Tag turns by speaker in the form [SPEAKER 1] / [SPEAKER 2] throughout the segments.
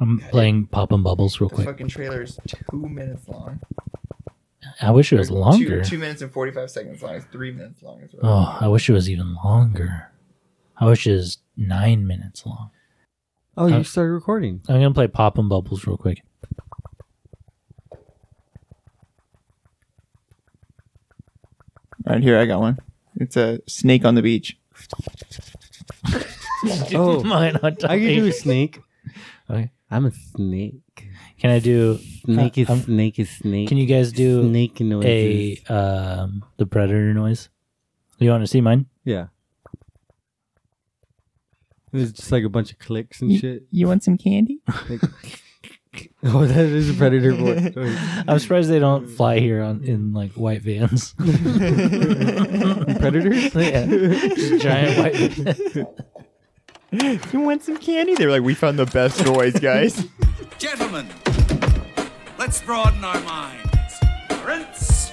[SPEAKER 1] I'm playing Pop and Bubbles real
[SPEAKER 2] The
[SPEAKER 1] quick.
[SPEAKER 2] fucking trailer is two minutes long.
[SPEAKER 1] I wish it was
[SPEAKER 2] Two-
[SPEAKER 1] longer.
[SPEAKER 2] Two, minutes and forty-five seconds long. It's three minutes long as well.
[SPEAKER 1] Oh, I wish it was even longer. I wish it was nine minutes long.
[SPEAKER 3] Oh,
[SPEAKER 1] Uh,
[SPEAKER 3] you started recording.
[SPEAKER 1] I'm gonna play Pop and Bubbles real quick.
[SPEAKER 2] Right here, I got one. It's a snake on the beach.
[SPEAKER 3] Oh.
[SPEAKER 1] Mine on top
[SPEAKER 3] I can do a
[SPEAKER 1] of-
[SPEAKER 3] snake.
[SPEAKER 1] Okay.
[SPEAKER 3] I'm a snake.
[SPEAKER 1] Can I do?
[SPEAKER 3] Snake is
[SPEAKER 1] I'm-
[SPEAKER 3] snake is snake.
[SPEAKER 1] Uh, um, Can you guys do
[SPEAKER 3] snake noises?
[SPEAKER 1] a um the predator noise? You want to see mine?
[SPEAKER 3] Yeah. There's just like a bunch of clicks and shit.
[SPEAKER 2] You want some candy?
[SPEAKER 3] Like, oh, that is a predator voice.
[SPEAKER 1] I'm surprised they don't
[SPEAKER 3] Mm.
[SPEAKER 1] fly here on in like white vans.
[SPEAKER 3] Predators?
[SPEAKER 1] Yeah. Just giant white.
[SPEAKER 2] you want some candy? They're like, we found the best noise, guys.
[SPEAKER 4] Gentlemen, let's broaden our minds. Lawrence.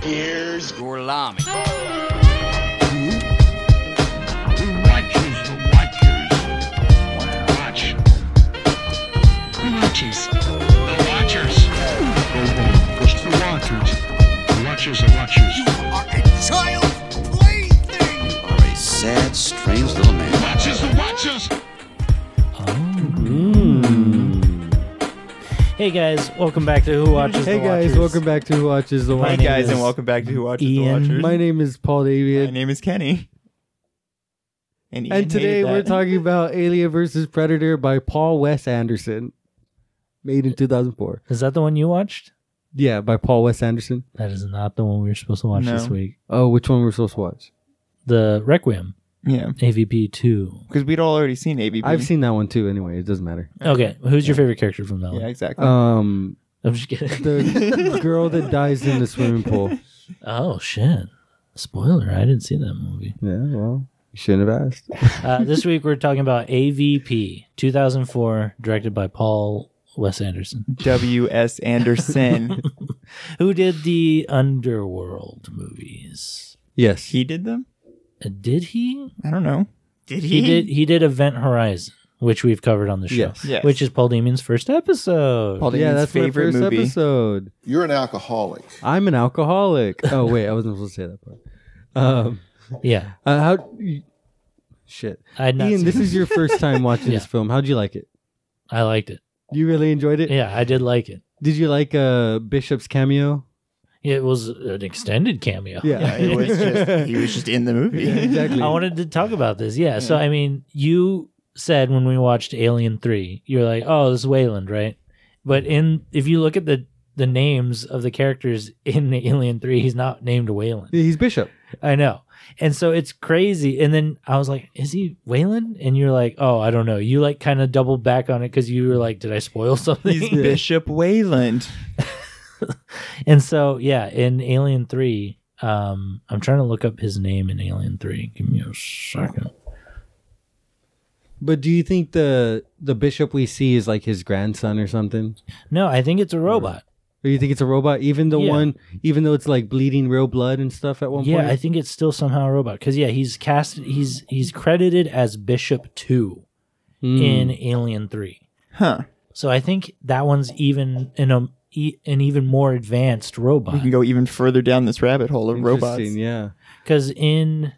[SPEAKER 4] Here's Gorlami.
[SPEAKER 5] Watchers, the watchers. Watch. The watchers. The watchers. Go home. Push the watchers. The watchers are watchers.
[SPEAKER 4] Are a child plaything. You are a sad, strange little man.
[SPEAKER 5] Watchers, the watchers.
[SPEAKER 1] Hey guys, welcome back to Who Watches
[SPEAKER 3] hey
[SPEAKER 1] the
[SPEAKER 3] guys,
[SPEAKER 1] Watchers.
[SPEAKER 3] welcome back to Who Watches the
[SPEAKER 1] My
[SPEAKER 2] Hey
[SPEAKER 3] Watch.
[SPEAKER 1] name
[SPEAKER 2] guys, and
[SPEAKER 1] is
[SPEAKER 2] welcome back to Who Watches
[SPEAKER 1] Ian.
[SPEAKER 2] the Watchers.
[SPEAKER 3] My name is Paul
[SPEAKER 2] My
[SPEAKER 3] Davian,
[SPEAKER 2] name is Kenny. And, Ian
[SPEAKER 3] and today
[SPEAKER 2] hated
[SPEAKER 3] we're
[SPEAKER 2] that.
[SPEAKER 3] talking about Alien versus Predator by Paul Wes Anderson, made in 2004.
[SPEAKER 1] Is that the one you watched?
[SPEAKER 3] Yeah, by Paul Wes Anderson.
[SPEAKER 1] That is not the one we were supposed to watch
[SPEAKER 2] No.
[SPEAKER 1] this week.
[SPEAKER 3] Oh, which one we're supposed to watch?
[SPEAKER 1] The Requiem,
[SPEAKER 2] Yeah,
[SPEAKER 1] AVP two.
[SPEAKER 2] because we'd all already seen ABP.
[SPEAKER 3] I've seen that one too. Anyway, it doesn't matter.
[SPEAKER 1] Okay, who's your favorite character from that
[SPEAKER 2] Yeah,
[SPEAKER 1] one?
[SPEAKER 2] exactly.
[SPEAKER 3] Um,
[SPEAKER 1] I'm just kidding.
[SPEAKER 3] the girl that dies in the swimming pool.
[SPEAKER 1] Oh shit! Spoiler: I didn't see that movie.
[SPEAKER 3] Yeah, well, you shouldn't have asked.
[SPEAKER 1] Uh, this week we're talking about AVP 2004, directed by Paul Wes Anderson,
[SPEAKER 2] W.S. Anderson.
[SPEAKER 1] who did the Underworld movies.
[SPEAKER 3] Yes,
[SPEAKER 2] he did them?
[SPEAKER 1] Uh, Did he?
[SPEAKER 2] I don't know. Did
[SPEAKER 1] He did. He did Event Horizon, which we've covered on the show,
[SPEAKER 3] Yes.
[SPEAKER 2] Yes.
[SPEAKER 1] which is Paul Damien's first episode.
[SPEAKER 2] Paul
[SPEAKER 3] yeah,
[SPEAKER 2] Damon's
[SPEAKER 3] that's my
[SPEAKER 2] favorite
[SPEAKER 3] first
[SPEAKER 2] movie.
[SPEAKER 3] episode.
[SPEAKER 6] You're an alcoholic.
[SPEAKER 3] I'm an alcoholic. Oh wait, I wasn't supposed to say that part. Um,
[SPEAKER 1] yeah,
[SPEAKER 3] uh, how? y- Shit,
[SPEAKER 1] I not
[SPEAKER 3] Ian,
[SPEAKER 1] seen
[SPEAKER 3] this
[SPEAKER 1] it.
[SPEAKER 3] is your first time watching
[SPEAKER 1] Yeah.
[SPEAKER 3] this film. How'd you like it?
[SPEAKER 1] I liked it.
[SPEAKER 3] You really enjoyed it.
[SPEAKER 1] Yeah, I did like it.
[SPEAKER 3] Did you like uh, Bishop's cameo?
[SPEAKER 1] It was an extended cameo.
[SPEAKER 2] Yeah, it was just, he was just in the movie.
[SPEAKER 3] Yeah, exactly.
[SPEAKER 1] I wanted to talk about this. Yeah. So I mean, you said when we watched Alien Three, you're like, "Oh, this is Wayland, right?" But in if you look at the the names of the characters in Alien Three, he's not named Wayland.
[SPEAKER 3] He's Bishop.
[SPEAKER 1] I know. And so it's crazy. And then I was like, "Is he Wayland?" And you're like, "Oh, I don't know." You like kind of doubled back on it because you were like, "Did I spoil something?"
[SPEAKER 2] He's Bishop Wayland.
[SPEAKER 1] And so, yeah, in Alien 3, um, I'm trying to look up his name in Alien 3. Give me a second.
[SPEAKER 3] But do you think the the Bishop we see is like his grandson or something?
[SPEAKER 1] No, I think it's a robot.
[SPEAKER 3] Or you think it's a robot? Even the
[SPEAKER 1] Yeah.
[SPEAKER 3] one, even though it's like bleeding real blood and stuff at one
[SPEAKER 1] Yeah,
[SPEAKER 3] point.
[SPEAKER 1] I think it's still somehow a robot. Because, yeah, he's cast, he's he's credited as Bishop 2
[SPEAKER 3] Hmm.
[SPEAKER 1] in Alien 3.
[SPEAKER 2] Huh.
[SPEAKER 1] So I think that one's even in a, e- an even more advanced
[SPEAKER 2] We
[SPEAKER 1] robot.
[SPEAKER 3] Mm-hmm.
[SPEAKER 2] can go even further down this rabbit hole of robots.
[SPEAKER 3] Interesting, Yeah,
[SPEAKER 1] Because in,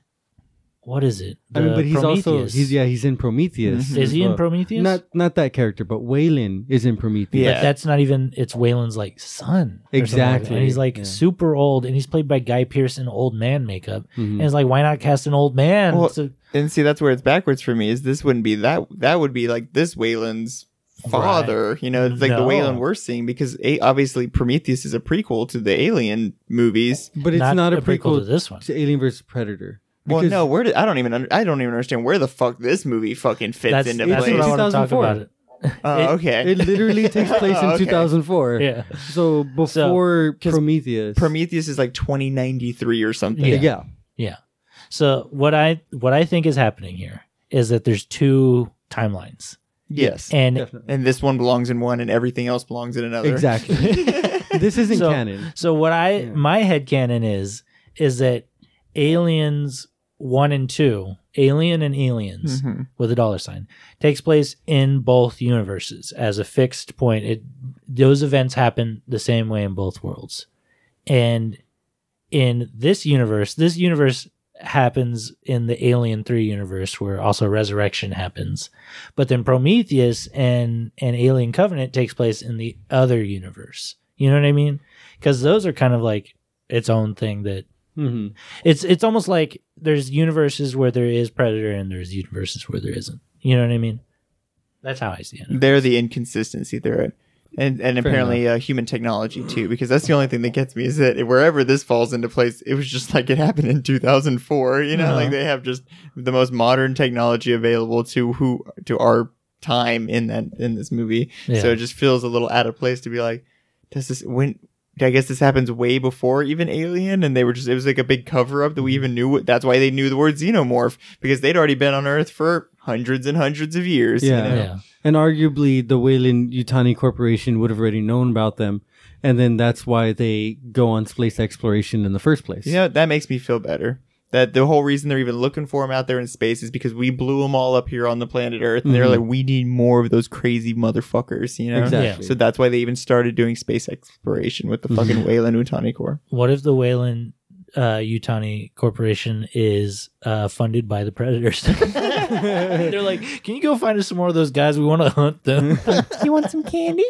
[SPEAKER 1] what is it?
[SPEAKER 3] I mean,
[SPEAKER 1] The
[SPEAKER 3] but he's also
[SPEAKER 1] Prometheus. Mm-hmm.
[SPEAKER 3] he's yeah he's in Prometheus.
[SPEAKER 1] Is
[SPEAKER 3] as
[SPEAKER 1] he in
[SPEAKER 3] well.
[SPEAKER 1] Prometheus?
[SPEAKER 3] Not not that character, but Waylon is in Prometheus.
[SPEAKER 2] Yeah.
[SPEAKER 1] But that's not even it's Waylon's like son. or something like that.
[SPEAKER 3] Exactly,
[SPEAKER 1] and he's like
[SPEAKER 3] yeah.
[SPEAKER 1] super old and he's played by Guy Pearce in old man makeup. And
[SPEAKER 3] Mhm.
[SPEAKER 1] it's like why not cast an old man?
[SPEAKER 2] Well,
[SPEAKER 1] So-
[SPEAKER 2] And see, that's where it's backwards for me. Is this wouldn't be that? That would be like this Wayland's father. You know, it's like the
[SPEAKER 1] No.
[SPEAKER 2] Wayland we're seeing because a, obviously Prometheus is a prequel to the Alien movies.
[SPEAKER 3] But it's not, a, prequel,
[SPEAKER 1] to this one.
[SPEAKER 3] to Alien vs Predator.
[SPEAKER 2] well,
[SPEAKER 3] Because-
[SPEAKER 2] no, where did I don't even under, I don't even understand where the fuck this movie fucking fits
[SPEAKER 1] That's,
[SPEAKER 2] into
[SPEAKER 1] that's
[SPEAKER 2] place.
[SPEAKER 1] what I want to talk
[SPEAKER 3] 2004.
[SPEAKER 1] about it.
[SPEAKER 2] oh,
[SPEAKER 1] it-
[SPEAKER 2] okay.
[SPEAKER 3] It literally takes place in
[SPEAKER 2] Oh, okay.
[SPEAKER 3] 2004.
[SPEAKER 1] Yeah.
[SPEAKER 3] So before
[SPEAKER 2] 'cause
[SPEAKER 3] Prometheus.
[SPEAKER 2] Prometheus is like 2093 or something.
[SPEAKER 1] Yeah.
[SPEAKER 3] Yeah.
[SPEAKER 1] Yeah. So what I what I think is happening here is that there's two timelines.
[SPEAKER 2] Yes.
[SPEAKER 1] And
[SPEAKER 3] definitely.
[SPEAKER 2] And this one belongs in one, and everything else belongs in another.
[SPEAKER 3] Exactly. this isn't
[SPEAKER 1] So-
[SPEAKER 3] canon.
[SPEAKER 1] So what I
[SPEAKER 3] Yeah.
[SPEAKER 1] my head canon is is that aliens one and two Alien and
[SPEAKER 3] Hmm.
[SPEAKER 1] Aliens
[SPEAKER 2] Mhm.
[SPEAKER 1] with a dollar sign takes place in both universes as a fixed point it those events happen the same way in both worlds and in this universe this universe happens in the alien 3 universe where also resurrection happens but then prometheus and and alien covenant takes place in the other universe you know what i mean because those are kind of like its own thing that
[SPEAKER 3] Mm-hmm.
[SPEAKER 1] it's it's almost like there's universes where there is predator and there's universes where there isn't. You know what I mean? That's how I see it.
[SPEAKER 2] They're the inconsistency they're in. And, and
[SPEAKER 3] Fair
[SPEAKER 2] apparently uh, human technology too, because that's the only thing that gets me is that wherever this falls into place, it was just like it happened in 2004. You know,
[SPEAKER 1] Uh-huh.
[SPEAKER 2] like they have just the most modern technology available to who to our time in that in this movie.
[SPEAKER 1] Yeah.
[SPEAKER 2] So it just feels a little out of place to be like, does this when? I guess this happens way before even Alien, and they were just it was like a big cover up that we even knew. What, that's why they knew the word xenomorph because they'd already been on Earth for hundreds and hundreds of years. you
[SPEAKER 3] Yeah.
[SPEAKER 2] know?
[SPEAKER 1] Yeah.
[SPEAKER 3] And arguably, the Wayland Yutani Corporation would have already known about them, and then that's why they go on space exploration in the first place.
[SPEAKER 2] You know, that makes me feel better. That the whole reason they're even looking for them out there in space is because we blew them all up here on the planet Earth, and they're
[SPEAKER 3] Mhm.
[SPEAKER 1] Mm-hmm.
[SPEAKER 2] like, we need more of those crazy motherfuckers, you know?
[SPEAKER 3] exactly.
[SPEAKER 2] So that's why they even started doing space exploration with the
[SPEAKER 1] Mm-hmm.
[SPEAKER 2] fucking Wayland Utani Corps.
[SPEAKER 1] What if the Wayland uh, Utani Corporation is uh, funded by the predators? They're like, can you go find us some more of those guys? We want to hunt them.
[SPEAKER 2] you want some candy?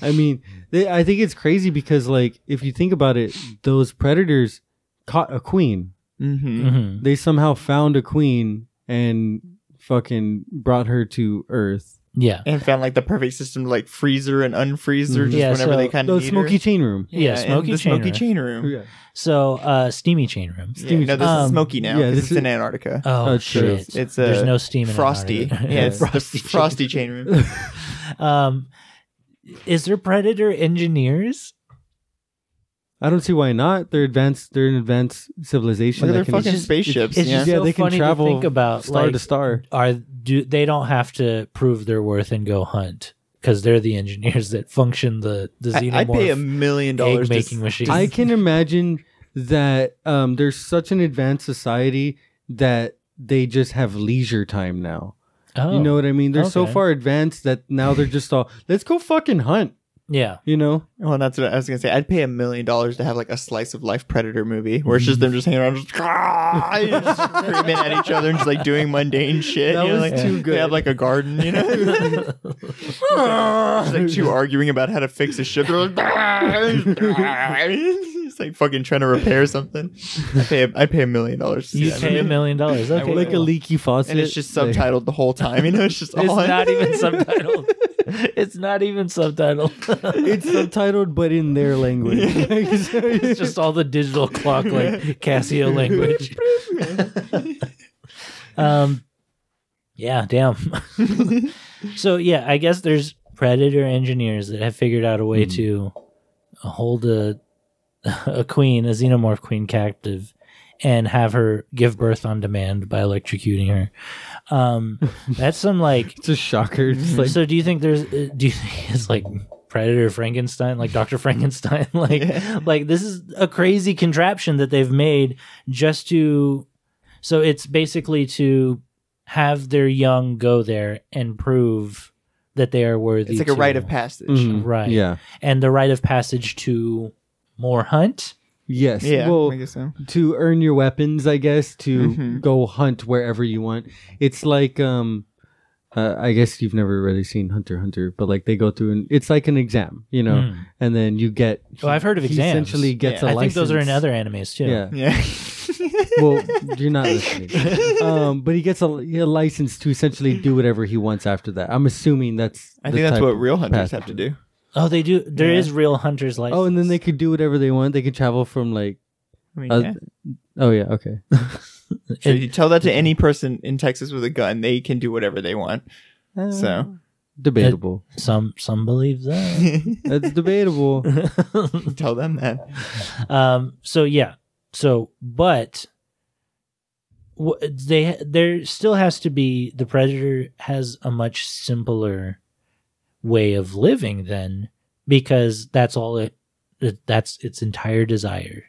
[SPEAKER 3] I mean, they, I think it's crazy because, like, if you think about it, those predators caught a queen.
[SPEAKER 2] Mm-hmm.
[SPEAKER 1] Mhm.
[SPEAKER 3] They somehow found a queen and fucking brought her to Earth.
[SPEAKER 1] Yeah.
[SPEAKER 2] And found like the perfect system to like freezer and unfreeze her just
[SPEAKER 3] Mhm.
[SPEAKER 1] Mm-hmm. Yeah,
[SPEAKER 2] whenever
[SPEAKER 1] so
[SPEAKER 2] they kind
[SPEAKER 3] The
[SPEAKER 2] of need
[SPEAKER 3] smoky
[SPEAKER 2] her.
[SPEAKER 3] chain room.
[SPEAKER 1] Yeah,
[SPEAKER 2] and
[SPEAKER 1] smoky
[SPEAKER 2] the
[SPEAKER 1] chain
[SPEAKER 2] smoky
[SPEAKER 1] room.
[SPEAKER 2] chain room. Yeah.
[SPEAKER 1] So uh, steamy chain room.
[SPEAKER 3] Steamy
[SPEAKER 2] no,
[SPEAKER 3] chain
[SPEAKER 2] this
[SPEAKER 1] room.
[SPEAKER 2] is smoky now.
[SPEAKER 3] yeah,
[SPEAKER 2] 'cause
[SPEAKER 3] this
[SPEAKER 2] it's
[SPEAKER 3] is-
[SPEAKER 2] in Antarctica.
[SPEAKER 1] Oh,
[SPEAKER 3] Oh, true.
[SPEAKER 1] shit.
[SPEAKER 2] It's,
[SPEAKER 1] There's
[SPEAKER 2] uh,
[SPEAKER 1] no steam. In
[SPEAKER 2] frosty.
[SPEAKER 1] Antarctica.
[SPEAKER 2] Yeah, it's
[SPEAKER 1] Frosty
[SPEAKER 2] the
[SPEAKER 1] chain
[SPEAKER 2] frosty chain room.
[SPEAKER 1] Um, is there predator engineers?
[SPEAKER 3] I don't see why not. They're advanced. They're an advanced civilization.
[SPEAKER 2] Look at their
[SPEAKER 3] that can-
[SPEAKER 2] fucking
[SPEAKER 1] just-
[SPEAKER 2] spaceships.
[SPEAKER 1] It's
[SPEAKER 2] yeah.
[SPEAKER 1] just
[SPEAKER 3] Yeah,
[SPEAKER 1] so
[SPEAKER 3] they can
[SPEAKER 1] funny
[SPEAKER 3] travel
[SPEAKER 1] to think about.
[SPEAKER 3] star
[SPEAKER 1] like,
[SPEAKER 3] to star.
[SPEAKER 1] are do they don't have to prove their worth and go hunt because they're the engineers that function the the
[SPEAKER 2] I- I'd pay a
[SPEAKER 1] xenomorph
[SPEAKER 2] million
[SPEAKER 1] egg
[SPEAKER 2] dollars to
[SPEAKER 1] making machine.
[SPEAKER 3] I can imagine that um, there's such an advanced society that they just have leisure time now.
[SPEAKER 1] Oh,
[SPEAKER 3] You know what I mean? They're so
[SPEAKER 1] okay.
[SPEAKER 3] far advanced that now they're just all, let's go fucking hunt.
[SPEAKER 1] yeah,
[SPEAKER 3] You know?
[SPEAKER 2] Well, that's what I was gonna say. I'd pay a million dollars to have like a slice of life predator movie where it's just
[SPEAKER 3] Mm.
[SPEAKER 2] them just hanging around, just, just screaming at each other and just like doing mundane shit.
[SPEAKER 3] That
[SPEAKER 2] you know,
[SPEAKER 3] was
[SPEAKER 2] like,
[SPEAKER 3] too
[SPEAKER 2] They
[SPEAKER 3] good.
[SPEAKER 2] have like a garden, you know. it's like two arguing about how to fix a ship. They're like, it's like fucking trying to repair something. I'd pay. A, I'd pay a million dollars. to see
[SPEAKER 1] you
[SPEAKER 2] that
[SPEAKER 1] pay a
[SPEAKER 2] movie.
[SPEAKER 1] million dollars. Okay,
[SPEAKER 2] would.
[SPEAKER 3] Like a
[SPEAKER 1] cool.
[SPEAKER 3] leaky faucet.
[SPEAKER 2] and it's just
[SPEAKER 3] like-
[SPEAKER 2] subtitled the whole time. You know, it's just
[SPEAKER 1] It's
[SPEAKER 2] all
[SPEAKER 1] not even subtitled. It's not even subtitled.
[SPEAKER 3] it's subtitled, but in their language.
[SPEAKER 1] it's just all the digital clock like Casio language. um, yeah, damn. so yeah, I guess there's predator engineers that have figured out a way to hold a a queen, a xenomorph queen captive and have her give birth on demand by electrocuting her. Um, that's some like
[SPEAKER 3] it's a shocker. It's like,
[SPEAKER 1] so do you think there's uh, do you think it's like Predator Frankenstein, like Dr. Frankenstein, like like this is a crazy contraption that they've made just to so it's basically to have their young go there and prove that they are worthy.
[SPEAKER 2] It's like a
[SPEAKER 1] to-
[SPEAKER 2] rite of passage.
[SPEAKER 3] Mhm.
[SPEAKER 1] Right.
[SPEAKER 3] Yeah.
[SPEAKER 1] And the rite of passage to more hunt.
[SPEAKER 3] Yes.
[SPEAKER 2] Yeah,
[SPEAKER 3] Well,
[SPEAKER 2] I guess so.
[SPEAKER 3] to earn your weapons, I guess, to
[SPEAKER 2] Mhm.
[SPEAKER 3] go hunt wherever you want. It's like um uh, I guess you've never really seen Hunter x Hunter, but like they go through and it's like an exam, you know,
[SPEAKER 1] Mm.
[SPEAKER 3] and then you get
[SPEAKER 1] Oh, I've heard of
[SPEAKER 3] he
[SPEAKER 1] exams.
[SPEAKER 3] essentially gets
[SPEAKER 1] I
[SPEAKER 2] Yeah.
[SPEAKER 3] a
[SPEAKER 1] think
[SPEAKER 3] license.
[SPEAKER 1] those are in other animes too.
[SPEAKER 3] Yeah.
[SPEAKER 2] Yeah.
[SPEAKER 3] Well, you're not listening. Um, but he gets a, a license to essentially do whatever he wants after that. I'm assuming that's
[SPEAKER 2] I
[SPEAKER 3] the
[SPEAKER 2] think that's
[SPEAKER 3] type
[SPEAKER 2] what
[SPEAKER 3] of
[SPEAKER 2] real hunters
[SPEAKER 3] path.
[SPEAKER 2] have to do.
[SPEAKER 1] Oh, they do. There
[SPEAKER 2] Yeah.
[SPEAKER 1] is real hunter's license.
[SPEAKER 3] Oh, and then they could do whatever they want. They could travel from like
[SPEAKER 2] I mean,
[SPEAKER 3] Uh,
[SPEAKER 2] yeah.
[SPEAKER 3] Oh yeah, okay.
[SPEAKER 2] So you tell that to any person in Texas with a gun, they can do whatever they want. So
[SPEAKER 3] Uh, debatable.
[SPEAKER 1] some some believe that.
[SPEAKER 3] That's debatable.
[SPEAKER 2] tell them that.
[SPEAKER 1] Um. So yeah. So but wh- they there still has to be the predator has a much simpler way of living then because that's all it it- that's its entire desire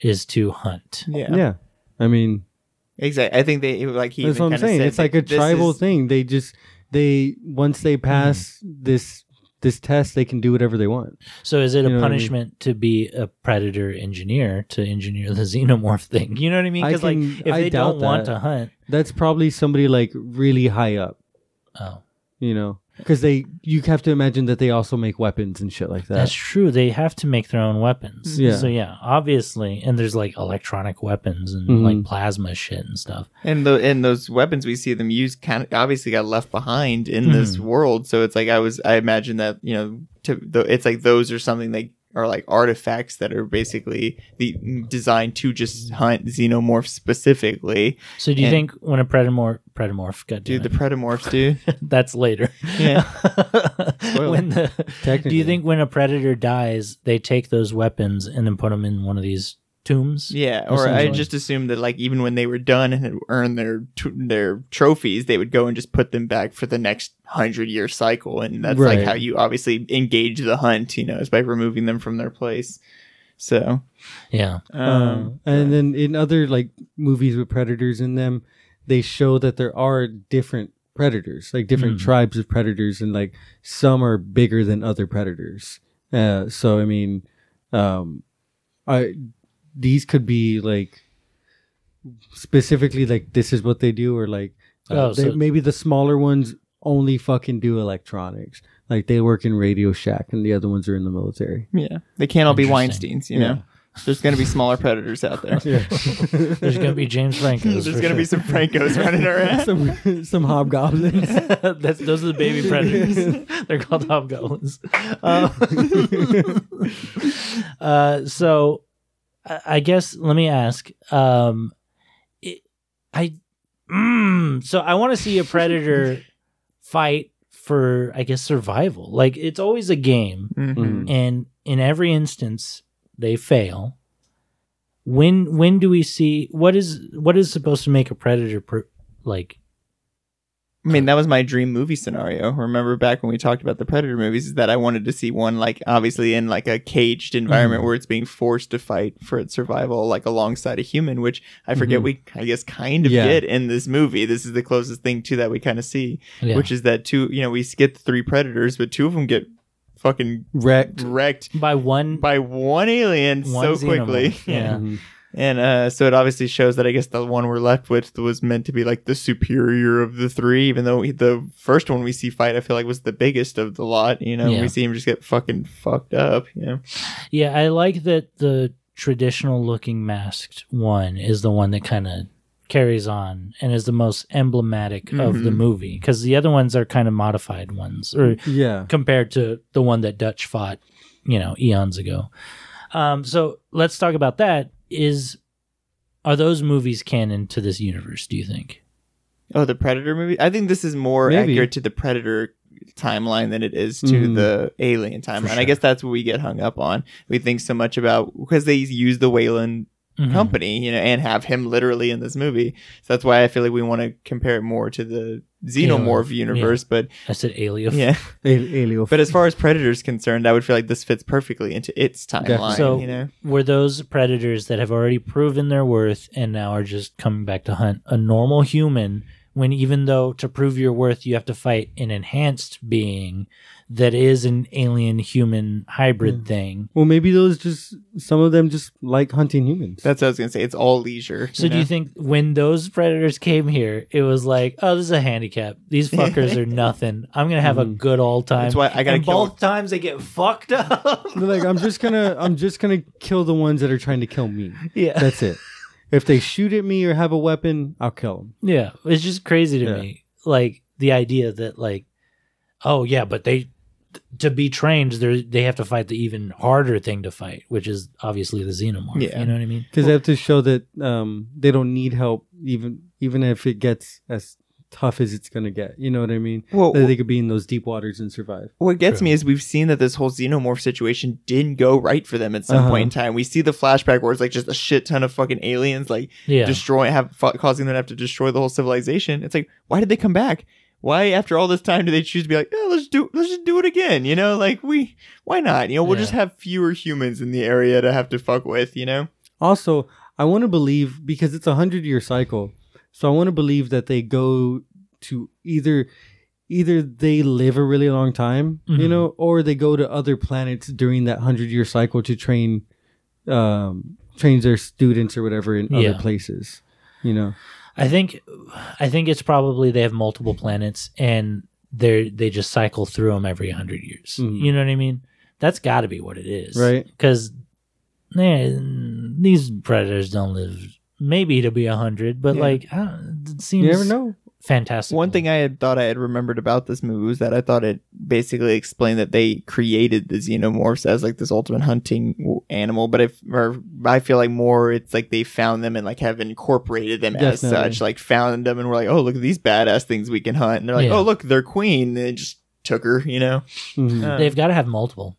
[SPEAKER 1] is to hunt.
[SPEAKER 2] Yeah.
[SPEAKER 3] Yeah. I mean,
[SPEAKER 2] Exactly. I think they like he.
[SPEAKER 3] That's
[SPEAKER 2] even
[SPEAKER 3] what I'm
[SPEAKER 2] kinda
[SPEAKER 3] saying.
[SPEAKER 2] said
[SPEAKER 3] It's like a
[SPEAKER 2] that this
[SPEAKER 3] tribal
[SPEAKER 2] is- Mm.
[SPEAKER 3] thing. They just they once they pass this this test, they can do whatever they want.
[SPEAKER 1] So is it
[SPEAKER 3] You know
[SPEAKER 1] a
[SPEAKER 3] what I mean?
[SPEAKER 1] punishment to be a predator engineer to engineer the xenomorph thing? You know what I mean?
[SPEAKER 3] I
[SPEAKER 1] Because like
[SPEAKER 3] can-
[SPEAKER 1] if
[SPEAKER 3] I
[SPEAKER 1] they
[SPEAKER 3] doubt
[SPEAKER 1] don't want
[SPEAKER 3] that.
[SPEAKER 1] to hunt,
[SPEAKER 3] That's probably somebody like really high up,
[SPEAKER 1] oh,
[SPEAKER 3] you know, because they you have to imagine that they also make weapons and shit like
[SPEAKER 1] that's
[SPEAKER 3] that.
[SPEAKER 1] true. They have to make their own weapons.
[SPEAKER 3] Yeah.
[SPEAKER 1] So yeah, obviously, and there's like electronic weapons and
[SPEAKER 3] Mhm.
[SPEAKER 1] like plasma shit and stuff.
[SPEAKER 2] And the and those weapons we see them use kind of obviously got left behind in
[SPEAKER 3] Hmm.
[SPEAKER 2] this world. So it's like I was I imagine that you know to the, it's like those are something that are like artifacts that are basically the mm, designed to just hunt xenomorphs specifically.
[SPEAKER 1] So do you
[SPEAKER 2] And-
[SPEAKER 1] think when a predator predamorph got
[SPEAKER 2] Dude,
[SPEAKER 1] dude,
[SPEAKER 2] the predomorphs, dude.
[SPEAKER 1] that's later.
[SPEAKER 2] Yeah.
[SPEAKER 1] when the do
[SPEAKER 3] Technically.
[SPEAKER 1] you think when a predator dies, they take those weapons and then put them in one of these tombs?
[SPEAKER 2] Yeah, or I
[SPEAKER 1] Essentially.
[SPEAKER 2] just assumed that like even when they were done and had earned their t- their trophies, they would go and just put them back for the next hundred year cycle, and that's
[SPEAKER 3] Right.
[SPEAKER 2] like how you obviously engage the hunt, you know, is by removing them from their place. So,
[SPEAKER 1] Yeah.
[SPEAKER 2] um,
[SPEAKER 3] Um, and then in other like movies with predators in them, they show that there are different predators, like different
[SPEAKER 1] Mm.
[SPEAKER 3] tribes of predators, and like some are bigger than other predators. Uh, so I mean, um, I these could be like specifically like this is what they do, or like uh,
[SPEAKER 1] Oh,
[SPEAKER 3] they-
[SPEAKER 1] so-
[SPEAKER 3] maybe the smaller ones only fucking do electronics. Like they work in Radio Shack, and the other ones are in the military.
[SPEAKER 2] yeah, they can't all be
[SPEAKER 1] Interesting.
[SPEAKER 2] Weinstein's, you know. There's gonna be smaller predators out there.
[SPEAKER 3] Yeah.
[SPEAKER 1] There's gonna be James Franco.
[SPEAKER 2] There's gonna be some Francos running around.
[SPEAKER 3] some some hobgoblins.
[SPEAKER 1] That's those are the baby predators. They're called hobgoblins. Um, uh, so, I, I guess let me ask. Um, it, I mm, so I want to see a predator fight for I guess survival. Like it's always a game,
[SPEAKER 2] Mhm.
[SPEAKER 1] and in every instance they fail. When when do we see what is what is supposed to make a predator per, like
[SPEAKER 2] I mean, that was my dream movie scenario. Remember back when we talked about the Predator movies, is that I wanted to see one like obviously in like a caged
[SPEAKER 1] Mm.
[SPEAKER 2] environment where it's being forced to fight for its survival, like alongside a human, which I forget
[SPEAKER 1] Mm-hmm.
[SPEAKER 3] Mhm.
[SPEAKER 2] we I guess kind of
[SPEAKER 3] Yeah.
[SPEAKER 2] get in this movie. This is the closest thing to that we kind of see,
[SPEAKER 1] Yeah.
[SPEAKER 2] which is that two you know we get the three predators, but two of them get fucking
[SPEAKER 3] wrecked.
[SPEAKER 2] wrecked
[SPEAKER 1] by one
[SPEAKER 2] by one alien
[SPEAKER 1] One
[SPEAKER 2] so quickly.
[SPEAKER 1] xenomorph, yeah.
[SPEAKER 3] Mhm.
[SPEAKER 2] And uh, so it obviously shows that I guess the one we're left with was meant to be like the superior of the three, even though the first one we see fight, I feel like was the biggest of the lot. You know,
[SPEAKER 1] Yeah.
[SPEAKER 2] we see him just get fucking fucked up. You know,
[SPEAKER 1] Yeah, I like that the traditional looking masked one is the one that kind of carries on and is the most emblematic of the
[SPEAKER 2] Mhm.
[SPEAKER 1] movie because the other ones are kind of modified ones or
[SPEAKER 3] Yeah.
[SPEAKER 1] compared to the one that Dutch fought, you know, eons ago. Um, so let's talk about that. Is are those movies canon to this universe? Do you think?
[SPEAKER 2] oh, the Predator movie. I think this is more
[SPEAKER 3] Maybe.
[SPEAKER 2] accurate to the Predator timeline than it is to
[SPEAKER 3] Mhm.
[SPEAKER 2] the Alien timeline. I guess that's what we get hung up on. We think so much about because they use the Wayland
[SPEAKER 1] Mhm.
[SPEAKER 2] company, you know, and have him literally in this movie. So that's why I feel like we want to compare it more to the Xenomorph universe, but
[SPEAKER 1] I said Alias.
[SPEAKER 2] yeah.
[SPEAKER 3] Alien.
[SPEAKER 2] But as far as Predator's concerned, I would feel like this fits perfectly into its timeline.
[SPEAKER 3] Definitely.
[SPEAKER 1] So
[SPEAKER 2] you know,
[SPEAKER 1] were those predators that have already proven their worth and now are just coming back to hunt a normal human when even though to prove your worth you have to fight an enhanced being that is an alien human hybrid
[SPEAKER 2] Hmm.
[SPEAKER 1] thing.
[SPEAKER 3] well, maybe those just some of them just like hunting humans.
[SPEAKER 2] that's what I was gonna say. It's all leisure.
[SPEAKER 1] So do you think when those predators came here, it was like, oh, this is a handicap. These fuckers are nothing. I'm gonna have a good old time.
[SPEAKER 2] Hmm. That's why I gotta
[SPEAKER 1] and
[SPEAKER 2] kill-
[SPEAKER 1] both times they get fucked up.
[SPEAKER 3] They're like I'm just gonna I'm just gonna kill the ones that are trying to kill me.
[SPEAKER 1] yeah.
[SPEAKER 3] That's it. If they shoot at me or have a weapon, I'll kill them.
[SPEAKER 1] Yeah, it's just crazy to
[SPEAKER 3] Yeah.
[SPEAKER 1] me. Like the idea that like, oh yeah, but they to be trained, they they have to fight the even harder thing to fight, which is obviously the xenomorph.
[SPEAKER 2] Yeah.
[SPEAKER 1] You know what I mean?
[SPEAKER 3] Because they have to show that um, they don't need help, even even if it gets as tough as it's gonna get. You know what I mean?
[SPEAKER 2] Well,
[SPEAKER 3] that they could be in those deep waters and survive.
[SPEAKER 2] What gets
[SPEAKER 1] True.
[SPEAKER 2] me is we've seen that this whole xenomorph situation didn't go right for them at some
[SPEAKER 3] Uh-huh.
[SPEAKER 2] point in time. We see the flashback where it's like just a shit ton of fucking aliens like
[SPEAKER 1] Yeah.
[SPEAKER 2] destroy have fu- causing them to have to destroy the whole civilization. It's like why did they come back? Why after all this time do they choose to be like, oh, let's do let's just do it again? You know, like we why not? You know, we'll
[SPEAKER 1] Yeah.
[SPEAKER 2] just have fewer humans in the area to have to fuck with. You know,
[SPEAKER 3] Also, I want to believe because it's a hundred year cycle. So I want to believe that they go to either either they live a really long time, you
[SPEAKER 1] Mhm.
[SPEAKER 3] know, or they go to other planets during that 100-year cycle to train um trains their students or whatever in other
[SPEAKER 1] Yeah.
[SPEAKER 3] places, you know.
[SPEAKER 1] I think I think it's probably they have multiple planets and they they just cycle through them every 100 years.
[SPEAKER 3] Mhm.
[SPEAKER 1] You know what I mean? That's got to be what it is.
[SPEAKER 3] Right.
[SPEAKER 1] Cuz these predators don't live maybe to be 100, but
[SPEAKER 2] Yeah.
[SPEAKER 1] like I don't, it seems
[SPEAKER 3] You never know.
[SPEAKER 1] fantastic.
[SPEAKER 2] One thing I had thought I had remembered about this movie was that I thought it basically explained that they created the xenomorphs as like this ultimate hunting w- animal, but if or I feel like more it's like they found them and like have incorporated them as
[SPEAKER 3] Definitely.
[SPEAKER 2] such, like found them and were like, oh look at these badass things we can hunt, and they're like,
[SPEAKER 1] Yeah.
[SPEAKER 2] oh look they're queen, and they just took her, you know.
[SPEAKER 3] Mhm.
[SPEAKER 2] Uh,
[SPEAKER 1] They've got to have multiple.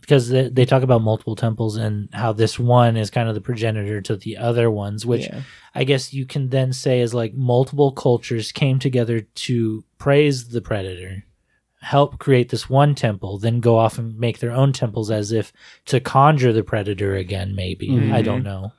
[SPEAKER 1] Because they, they talk about multiple temples and how this one is kind of the progenitor to the other ones, which
[SPEAKER 2] yeah.
[SPEAKER 1] I guess you can then say is like multiple cultures came together to praise the predator, help create this one temple, then go off and make their own temples as if to conjure the predator again. Maybe
[SPEAKER 3] Mhm.
[SPEAKER 1] I don't know,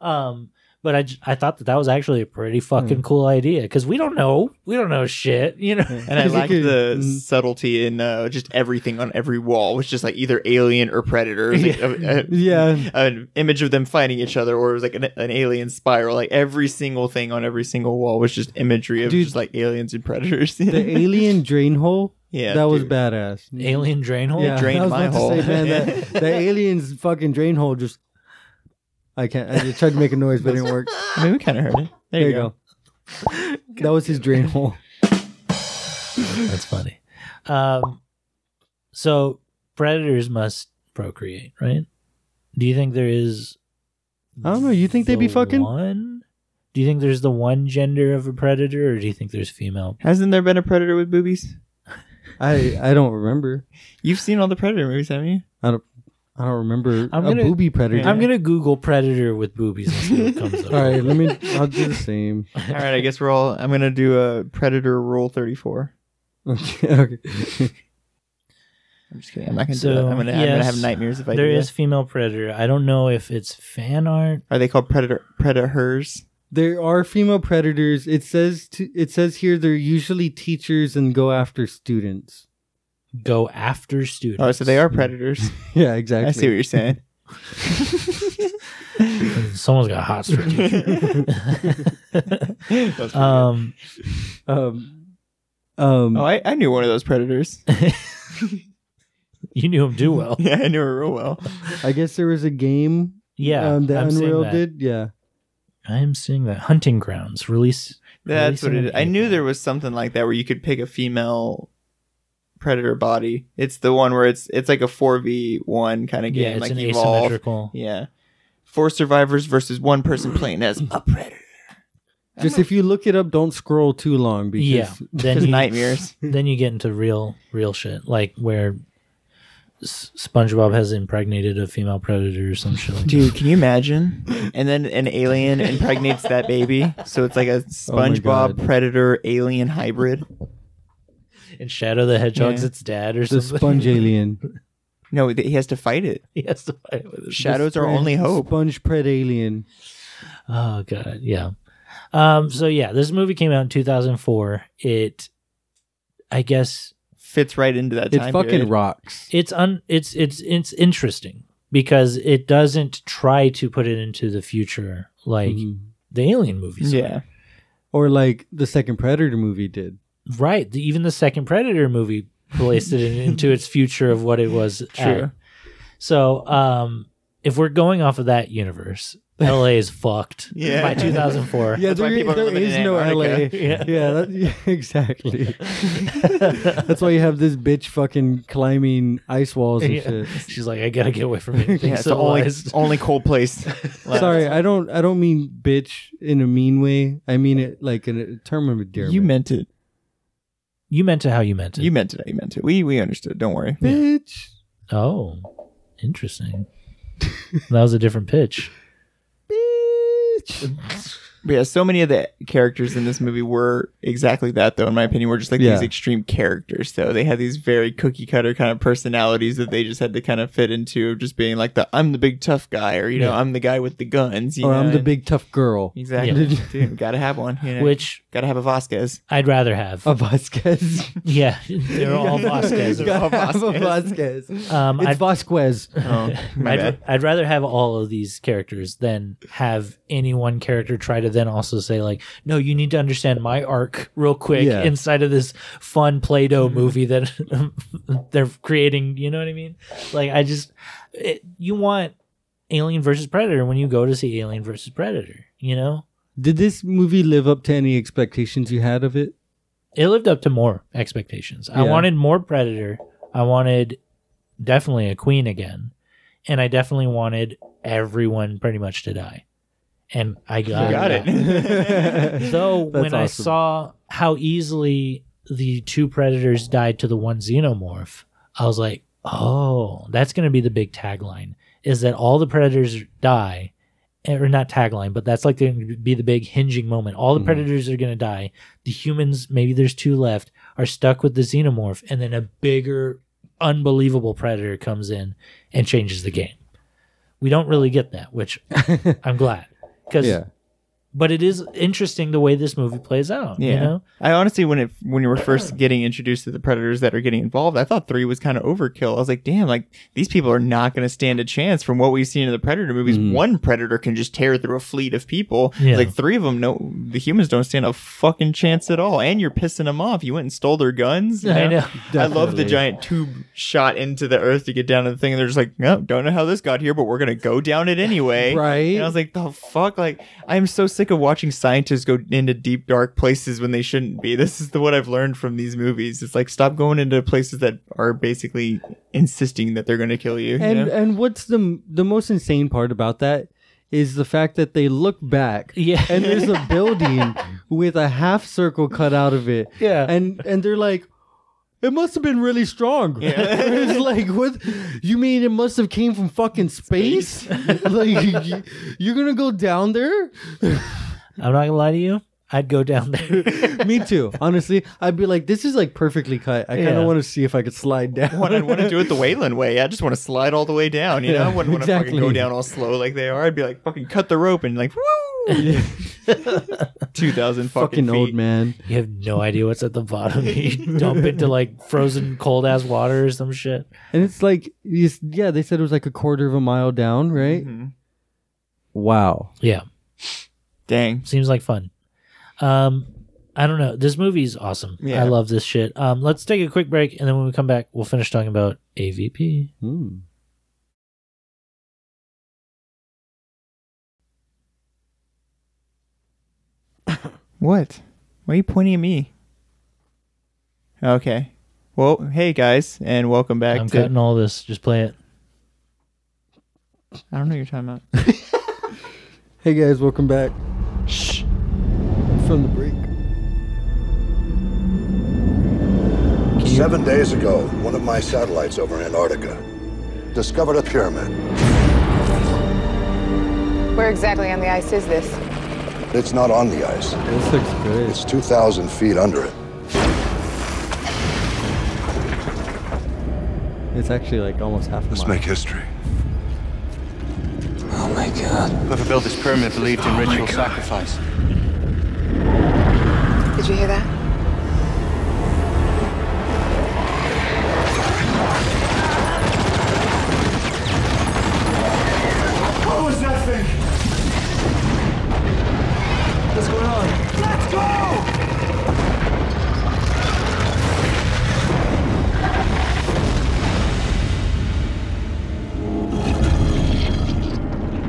[SPEAKER 1] um, but I j- I thought that that was actually a pretty fucking cool idea because we don't know we don't know shit, you know.
[SPEAKER 2] And I
[SPEAKER 3] Because they
[SPEAKER 2] like
[SPEAKER 3] could-
[SPEAKER 2] the
[SPEAKER 3] Mhm.
[SPEAKER 2] subtlety in uh, just everything on every wall was just like either alien or predator. It was like uh, a- a-
[SPEAKER 3] Yeah.
[SPEAKER 2] an image of them fighting each other, or it was like an, an alien spiral. Like every single thing on every single wall was just imagery of
[SPEAKER 3] Dude.
[SPEAKER 2] just like aliens and predators.
[SPEAKER 3] The alien drain hole?
[SPEAKER 2] yeah,
[SPEAKER 3] that was
[SPEAKER 2] dude.
[SPEAKER 3] badass.
[SPEAKER 1] Alien drain hole.
[SPEAKER 3] Yeah,
[SPEAKER 2] drained
[SPEAKER 3] I was
[SPEAKER 2] my
[SPEAKER 3] about
[SPEAKER 2] hole.
[SPEAKER 3] to say, man, that, that alien's fucking drain hole just. I can't. I just tried to make a noise, but it didn't work.
[SPEAKER 2] I mean, we kind of heard it. There, you go.
[SPEAKER 3] That was his drain hole.
[SPEAKER 1] That's funny. Um, so predators must procreate, right? Do you think there is?
[SPEAKER 3] I don't know, you think they'd be
[SPEAKER 1] the
[SPEAKER 3] fucking?
[SPEAKER 1] one? Do you think there's the one gender of a predator, or do you think there's female?
[SPEAKER 2] Hasn't there been a predator with boobies?
[SPEAKER 3] I I don't remember.
[SPEAKER 2] You've seen all the predator movies, haven't you?
[SPEAKER 3] I don't remember
[SPEAKER 1] I'm
[SPEAKER 3] a
[SPEAKER 1] gonna-
[SPEAKER 3] booby predator.
[SPEAKER 1] I'm gonna Google predator with boobies and see what comes up.
[SPEAKER 3] All right, let me. I'll do the same.
[SPEAKER 2] all right, I guess we're all. I'm gonna do a predator rule thirty-four.
[SPEAKER 3] Okay. okay.
[SPEAKER 2] I'm just kidding. I'm not gonna
[SPEAKER 1] So,
[SPEAKER 2] do that. I'm gonna, I'm gonna
[SPEAKER 1] yes,
[SPEAKER 2] have nightmares if I
[SPEAKER 1] There
[SPEAKER 2] do
[SPEAKER 1] is
[SPEAKER 2] that.
[SPEAKER 1] female predator. I don't know if it's fan art.
[SPEAKER 2] Are they called predator predators?
[SPEAKER 3] There are female predators. It says to, it says here they're usually teachers and go after students.
[SPEAKER 1] Go after students.
[SPEAKER 2] Oh, so they are predators.
[SPEAKER 3] Yeah, exactly.
[SPEAKER 2] I see what you're saying.
[SPEAKER 1] Someone's got hot streak.
[SPEAKER 2] That's
[SPEAKER 1] um,
[SPEAKER 3] Um, um,
[SPEAKER 2] Oh, I, I knew one of those predators.
[SPEAKER 1] you knew him too well.
[SPEAKER 2] yeah, I knew her real well.
[SPEAKER 3] I guess there was a game
[SPEAKER 1] Yeah,
[SPEAKER 3] um, that
[SPEAKER 1] I'm seeing
[SPEAKER 3] Unreal
[SPEAKER 1] that.
[SPEAKER 3] did. Yeah.
[SPEAKER 1] I am seeing that hunting grounds release.
[SPEAKER 2] That's
[SPEAKER 1] releasing
[SPEAKER 2] what it
[SPEAKER 1] an
[SPEAKER 2] is. I
[SPEAKER 1] ape.
[SPEAKER 2] knew there was something like that where you could pick a female predator body. It's the one where it's it's like a four v one kind of game,
[SPEAKER 1] Yeah, it's
[SPEAKER 2] like
[SPEAKER 1] an
[SPEAKER 2] Evolve.
[SPEAKER 1] asymmetrical.
[SPEAKER 2] Yeah, four survivors versus one person playing as a predator.
[SPEAKER 3] Just if you look it up, don't scroll too long because
[SPEAKER 1] Yeah, then
[SPEAKER 2] Just
[SPEAKER 1] you,
[SPEAKER 2] nightmares.
[SPEAKER 1] then you get into real, real shit, like where S- SpongeBob has impregnated a female predator or some shit. Like that.
[SPEAKER 2] Dude, can you imagine? And then an alien impregnates that baby, so it's like a SpongeBob
[SPEAKER 3] God.
[SPEAKER 2] predator alien hybrid.
[SPEAKER 1] And Shadow the Hedgehog's
[SPEAKER 2] Yeah.
[SPEAKER 1] its dad or
[SPEAKER 3] the
[SPEAKER 1] something.
[SPEAKER 3] sponge alien.
[SPEAKER 2] No, th- he has to fight it.
[SPEAKER 1] he has to fight with it.
[SPEAKER 2] Shadows are
[SPEAKER 3] Sponge-
[SPEAKER 2] only hope.
[SPEAKER 3] Sponge pred alien.
[SPEAKER 1] Oh god, yeah. Um. So yeah, this movie came out in 2004. It, I guess,
[SPEAKER 2] Fits right into that
[SPEAKER 3] It
[SPEAKER 2] time
[SPEAKER 3] fucking
[SPEAKER 2] period.
[SPEAKER 3] rocks.
[SPEAKER 1] it's un it's it's it's interesting because it doesn't try to put it into the future like
[SPEAKER 3] Mhm.
[SPEAKER 1] the alien movies are.
[SPEAKER 2] Mm-hmm. Yeah.
[SPEAKER 3] Or like the second Predator movie did.
[SPEAKER 1] right the, even the second predator movie placed it in, into its future of what it was at.
[SPEAKER 2] True.
[SPEAKER 1] so um if we're going off of that universe la is fucked
[SPEAKER 2] Yeah.
[SPEAKER 1] by 2004
[SPEAKER 3] Yeah,
[SPEAKER 2] That's why
[SPEAKER 3] there,
[SPEAKER 2] people are
[SPEAKER 3] there
[SPEAKER 2] living
[SPEAKER 3] is
[SPEAKER 2] in
[SPEAKER 3] no LA.
[SPEAKER 2] Antarctica.
[SPEAKER 3] Yeah, that, yeah, exactly. That's why you have this bitch fucking climbing ice walls and
[SPEAKER 1] Yeah.
[SPEAKER 3] shit.
[SPEAKER 1] she's like i gotta get away from anything
[SPEAKER 2] Yeah, it's the only,
[SPEAKER 1] civilized.
[SPEAKER 2] only cold place. left.
[SPEAKER 3] Sorry, I don't. I don't mean bitch in a mean way. I mean it like in a term of endearment.
[SPEAKER 2] You meant it.
[SPEAKER 1] you meant it how you meant it
[SPEAKER 2] You meant it. You meant it. We we understood. Don't worry.
[SPEAKER 3] bitch.
[SPEAKER 1] oh interesting that was a different pitch
[SPEAKER 3] Bitch.
[SPEAKER 2] But yeah, so many of the characters in this movie were exactly that, though. In my opinion, were just like
[SPEAKER 3] Yeah.
[SPEAKER 2] these extreme characters. So they had these very cookie cutter kind of personalities that they just had to kind of fit into, of just being like the I'm the big tough guy, or you know,
[SPEAKER 1] Yeah.
[SPEAKER 2] I'm the guy with the guns. You
[SPEAKER 3] or
[SPEAKER 2] know?
[SPEAKER 3] Oh, I'm the
[SPEAKER 2] and-
[SPEAKER 3] big tough girl.
[SPEAKER 2] exactly.
[SPEAKER 3] Yeah.
[SPEAKER 2] Dude, gotta have one. You know?
[SPEAKER 1] which
[SPEAKER 2] gotta have a Vasquez.
[SPEAKER 1] I'd rather have.
[SPEAKER 2] Oh.
[SPEAKER 3] A Vasquez.
[SPEAKER 1] yeah, they're all Vasquez.
[SPEAKER 3] You gotta
[SPEAKER 2] They're all
[SPEAKER 3] have a
[SPEAKER 2] Vasquez.
[SPEAKER 3] Vasquez.
[SPEAKER 1] Um,
[SPEAKER 3] It's
[SPEAKER 1] I'd,
[SPEAKER 3] Vasquez.
[SPEAKER 2] Oh, my bad.
[SPEAKER 1] I'd, I'd rather have all of these characters than have any one character try to then also say like, no, you need to understand my arc real quick
[SPEAKER 3] Yeah.
[SPEAKER 1] inside of this fun Play-Doh movie that they're creating. You know what I mean? Like, I just it, you want Alien versus Predator when you go to see Alien versus Predator. You know,
[SPEAKER 3] Did this movie live up to any expectations you had of it?
[SPEAKER 1] it lived up to more expectations. I
[SPEAKER 3] Yeah.
[SPEAKER 1] wanted more Predator. I wanted definitely a Queen again, and I definitely wanted everyone pretty much to die. And I got,
[SPEAKER 2] You got
[SPEAKER 1] that.
[SPEAKER 3] it.
[SPEAKER 1] Though
[SPEAKER 3] That's
[SPEAKER 1] when I
[SPEAKER 3] awesome.
[SPEAKER 1] saw how easily the two predators died to the one xenomorph, I was like, "Oh, that's going to be the big tagline: is that all the predators die." eh, Or not tagline, but that's like going to be the big hinging moment. All the
[SPEAKER 3] Mhm.
[SPEAKER 1] predators are going to die. The humans, maybe there's two left, are stuck with the xenomorph, and then a bigger, unbelievable predator comes in and changes the game. We don't really get that, which I'm glad because
[SPEAKER 3] Yeah.
[SPEAKER 1] but it is interesting the way this movie plays out. You
[SPEAKER 2] Yeah.
[SPEAKER 1] know?
[SPEAKER 2] I honestly, when it when you were first getting introduced to the predators that are getting involved, I thought three was kind of overkill. I was like, damn, like these people are not going to stand a chance. From what we've seen in the predator movies,
[SPEAKER 3] Mhm.
[SPEAKER 2] one predator can just tear through a fleet of people.
[SPEAKER 1] Yeah.
[SPEAKER 2] Like three of them, no, the humans don't stand a fucking chance at all. And you're pissing them off. You went and stole their guns. you
[SPEAKER 1] I know.
[SPEAKER 2] I love the
[SPEAKER 3] Definitely.
[SPEAKER 2] giant tube shot into the earth to get down to the thing, and they're just like, "No, don't know how this got here, but we're gonna go down it anyway."
[SPEAKER 3] Right.
[SPEAKER 2] And I was like, "The fuck!" Like, I'm so sick of watching scientists go into deep dark places when they shouldn't be. This is the what I've learned from these movies. It's like stop going into places that are basically insisting that they're gonna kill you. you
[SPEAKER 3] And
[SPEAKER 2] know?
[SPEAKER 3] and what's the the most insane part about that is the fact that they look back
[SPEAKER 1] Yeah.
[SPEAKER 3] and there's a building with a half circle cut out of it.
[SPEAKER 1] Yeah.
[SPEAKER 3] And and they're like it must have been really strong. it's like what you mean it must have came from fucking space? like you, you're going to go down there?
[SPEAKER 1] I'm not gonna lie to you. I'd go down there.
[SPEAKER 3] Me too. Honestly, I'd be like this is like perfectly cut. I kind of
[SPEAKER 1] Yeah.
[SPEAKER 3] want to see if I could slide down.
[SPEAKER 2] One, I'd want to do it the Wayland way. I just want to slide all the way down. You know, I
[SPEAKER 3] Yeah,
[SPEAKER 2] wouldn't want to fucking
[SPEAKER 3] exactly.
[SPEAKER 2] go down all slow like they are. I'd be like, fucking cut the rope and like, woo, two thousand fucking,
[SPEAKER 3] fucking
[SPEAKER 2] feet.
[SPEAKER 3] old man.
[SPEAKER 1] you have no idea what's at the bottom. You dump into like frozen cold ass water or some shit.
[SPEAKER 3] And it's like, yes- yeah, they said it was like a quarter of a mile down, right?
[SPEAKER 1] Mm-hmm.
[SPEAKER 2] Mhm.
[SPEAKER 3] Wow.
[SPEAKER 1] Yeah.
[SPEAKER 2] Dang.
[SPEAKER 1] Seems like fun. Um I don't know. This movie's awesome.
[SPEAKER 2] Yeah.
[SPEAKER 1] I love this shit. Um, let's take a quick break, and then when we come back, we'll finish talking about AVP.
[SPEAKER 3] Hmm.
[SPEAKER 2] What? Why are you pointing at me? Okay. Well, hey guys, and welcome back
[SPEAKER 1] I'm
[SPEAKER 2] to.
[SPEAKER 1] cutting all this. Just play it.
[SPEAKER 2] I don't know what you're talking about.
[SPEAKER 3] Hey guys, welcome back
[SPEAKER 2] Shh.
[SPEAKER 3] from the break.
[SPEAKER 6] Seven days ago, one of my satellites over Antarctica discovered a pyramid.
[SPEAKER 7] Where exactly on the ice is this?
[SPEAKER 6] It's not on the ice,
[SPEAKER 3] This looks good.
[SPEAKER 6] it's 2,000 feet under it.
[SPEAKER 3] It's actually like almost half a
[SPEAKER 8] Let's
[SPEAKER 3] mile.
[SPEAKER 8] make history.
[SPEAKER 9] Whoever built this pyramid believed in ritual sacrifice.
[SPEAKER 7] Did you hear that?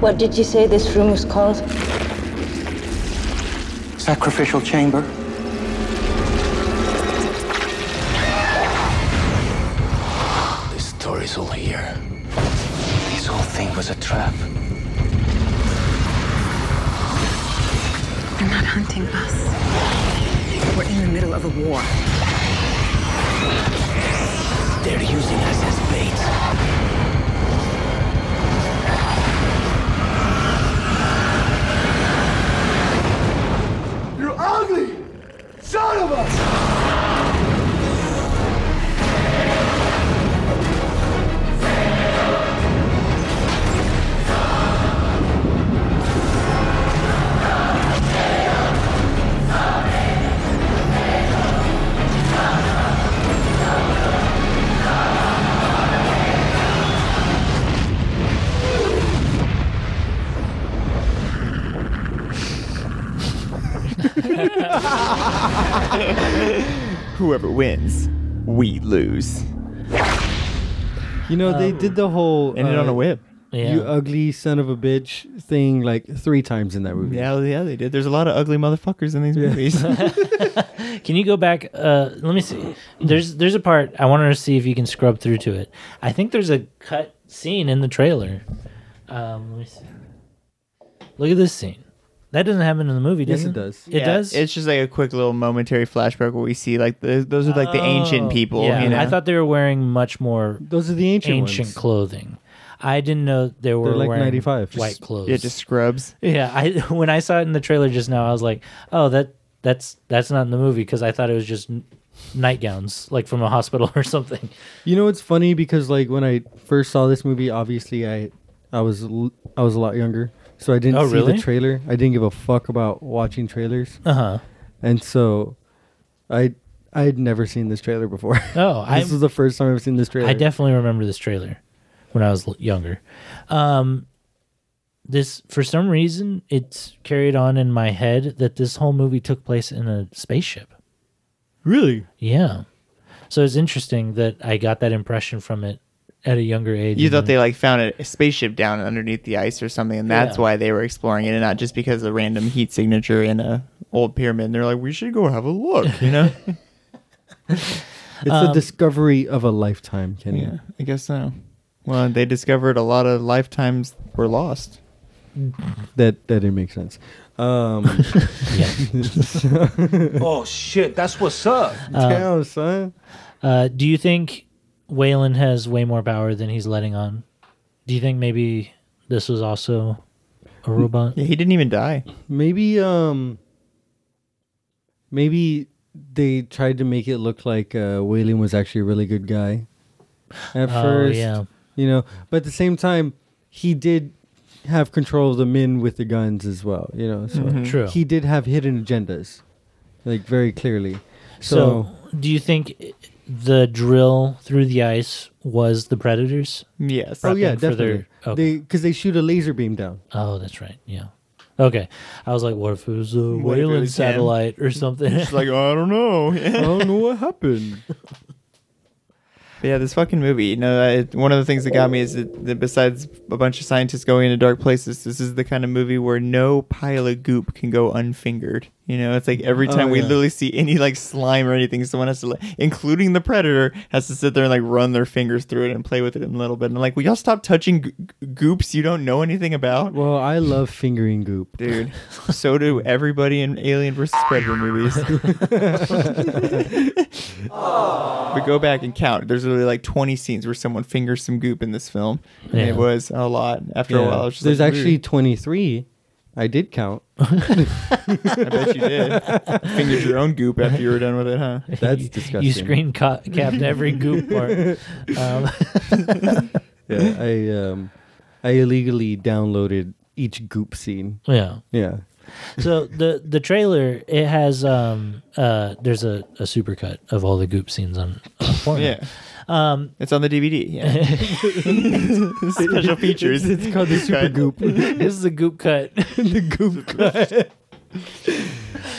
[SPEAKER 10] What did you say this room was called?
[SPEAKER 9] Sacrificial chamber? This story's all here. This whole thing was a trap.
[SPEAKER 7] They're not hunting us. We're in the middle of a war.
[SPEAKER 9] They're using us as bait.
[SPEAKER 2] Whoever wins, we lose.
[SPEAKER 3] You know,
[SPEAKER 1] Um,
[SPEAKER 3] they did the whole
[SPEAKER 2] Ended
[SPEAKER 3] uh,
[SPEAKER 2] on a whip.
[SPEAKER 1] Yeah.
[SPEAKER 3] You ugly son of a bitch thing like three times in that movie.
[SPEAKER 2] Yeah, yeah, they did. There's a lot of ugly motherfuckers in these movies.
[SPEAKER 1] Can you go back? Uh, let me see. There's there's a part I wanted to see if you can scrub through to it. I think there's a cut scene in the trailer. Um, let me see. Look at this scene. That doesn't happen in the movie, does
[SPEAKER 3] Yes, it
[SPEAKER 1] it?
[SPEAKER 3] does.
[SPEAKER 1] It
[SPEAKER 2] Yeah,
[SPEAKER 1] does.
[SPEAKER 2] It's just like a quick little momentary flashback where we see like the, those are like the ancient people.
[SPEAKER 1] Oh. Yeah,
[SPEAKER 2] you know?
[SPEAKER 1] I thought they were wearing much more
[SPEAKER 3] Those are Oh. the ancient,
[SPEAKER 1] ancient
[SPEAKER 3] ones.
[SPEAKER 1] clothing. I didn't know they were
[SPEAKER 3] like
[SPEAKER 1] wearing
[SPEAKER 3] 95.
[SPEAKER 1] white
[SPEAKER 3] Just-
[SPEAKER 1] clothes.
[SPEAKER 2] yeah, just scrubs.
[SPEAKER 1] Yeah, I when I saw it in the trailer just now, I was like, "Oh, that that's that's not in the movie" because I thought it was just n- nightgowns, like from a hospital or something.
[SPEAKER 3] You know, it's funny because like when I first saw this movie, obviously I, I was l- I was a lot younger, so I didn't
[SPEAKER 1] Oh,
[SPEAKER 3] see
[SPEAKER 1] really?
[SPEAKER 3] the trailer. I didn't give a fuck about watching trailers,
[SPEAKER 1] Uh huh.
[SPEAKER 3] and so, I I had never seen this trailer before.
[SPEAKER 1] Oh, I
[SPEAKER 3] this is the first time I've seen this trailer.
[SPEAKER 1] I definitely remember this trailer when I was l- younger. Um, this for some reason it's carried on in my head that this whole movie took place in a spaceship.
[SPEAKER 3] really.
[SPEAKER 1] Yeah, so it's interesting that I got that impression from it at a younger age.
[SPEAKER 2] You
[SPEAKER 1] and
[SPEAKER 2] thought
[SPEAKER 1] then-
[SPEAKER 2] they like found a, a spaceship down underneath the ice or something, and that's
[SPEAKER 1] Yeah.
[SPEAKER 2] why they were exploring it, and not just because of a random heat signature in a old pyramid. And they're like, we should go have a look, you know?
[SPEAKER 3] It's the
[SPEAKER 1] um,
[SPEAKER 3] discovery of a lifetime, Kenny.
[SPEAKER 2] yeah, I guess so. Well, they discovered a lot of lifetimes were lost.
[SPEAKER 3] That that didn't make sense. Um,
[SPEAKER 9] Oh shit, that's what's up.
[SPEAKER 3] damn son.
[SPEAKER 1] Uh, do you think Waylon has way more power than he's letting on? Do you think maybe this was also a robot?
[SPEAKER 2] Yeah, he didn't even die.
[SPEAKER 3] Maybe um maybe they tried to make it look like uh Waylon was actually a really good guy at
[SPEAKER 1] Oh,
[SPEAKER 3] first.
[SPEAKER 1] yeah.
[SPEAKER 3] You know, but at the same time he did have control of the men with the guns as well, you know. So
[SPEAKER 1] True.
[SPEAKER 3] Mm-hmm. he did have hidden agendas. Like very clearly.
[SPEAKER 1] so,
[SPEAKER 3] So, oh,
[SPEAKER 1] do you think the drill through the ice was the predators?
[SPEAKER 2] Yes.
[SPEAKER 3] oh yeah,
[SPEAKER 1] prepping for their-
[SPEAKER 3] definitely.
[SPEAKER 1] okay.
[SPEAKER 3] They cuz they shoot a laser beam down.
[SPEAKER 1] Oh, that's right. Yeah. Okay. I was like, what if it was a
[SPEAKER 2] if it
[SPEAKER 1] Waylon
[SPEAKER 2] was him?
[SPEAKER 1] satellite or something?
[SPEAKER 2] It's like, I don't know.
[SPEAKER 3] I don't know what happened.
[SPEAKER 2] But yeah, this fucking movie. You know, it, one of the things that got me is that, that besides a bunch of scientists going into dark places, this is the kind of movie where no pile of goop can go unfingered. You know, it's like every time we
[SPEAKER 3] yeah.
[SPEAKER 2] literally see any like slime or anything, someone has to, like, including the predator, has to sit there and like run their fingers through it and play with it a little bit. And I'm like, will y'all stop touching g- g- goops you don't know anything about?
[SPEAKER 3] Well, I love fingering goop.
[SPEAKER 2] Dude, so do everybody in Alien vs. Predator movies. but go back and count. There's literally like 20 scenes where someone fingers some goop in this film. And
[SPEAKER 1] Yeah.
[SPEAKER 2] it was a lot. After a
[SPEAKER 3] Yeah.
[SPEAKER 2] while, I was just
[SPEAKER 3] There's
[SPEAKER 2] like,
[SPEAKER 3] actually 23. I did count.
[SPEAKER 2] "Ooh, I bet you did. Fingered your own goop after you were done with it, huh?
[SPEAKER 3] That's
[SPEAKER 1] you
[SPEAKER 3] disgusting.
[SPEAKER 1] screen ca- capped every goop part. Um,
[SPEAKER 3] Yeah, I um, I illegally downloaded each goop scene.
[SPEAKER 1] yeah.
[SPEAKER 3] Yeah,
[SPEAKER 1] So the the trailer it has um uh there's a, a supercut of all the goop scenes on, on Pornhub.
[SPEAKER 2] Yeah. Um, it's on the DVD. Yeah. Special features.
[SPEAKER 3] It's called the super goop.
[SPEAKER 1] this is a goop cut.
[SPEAKER 3] the goop cut.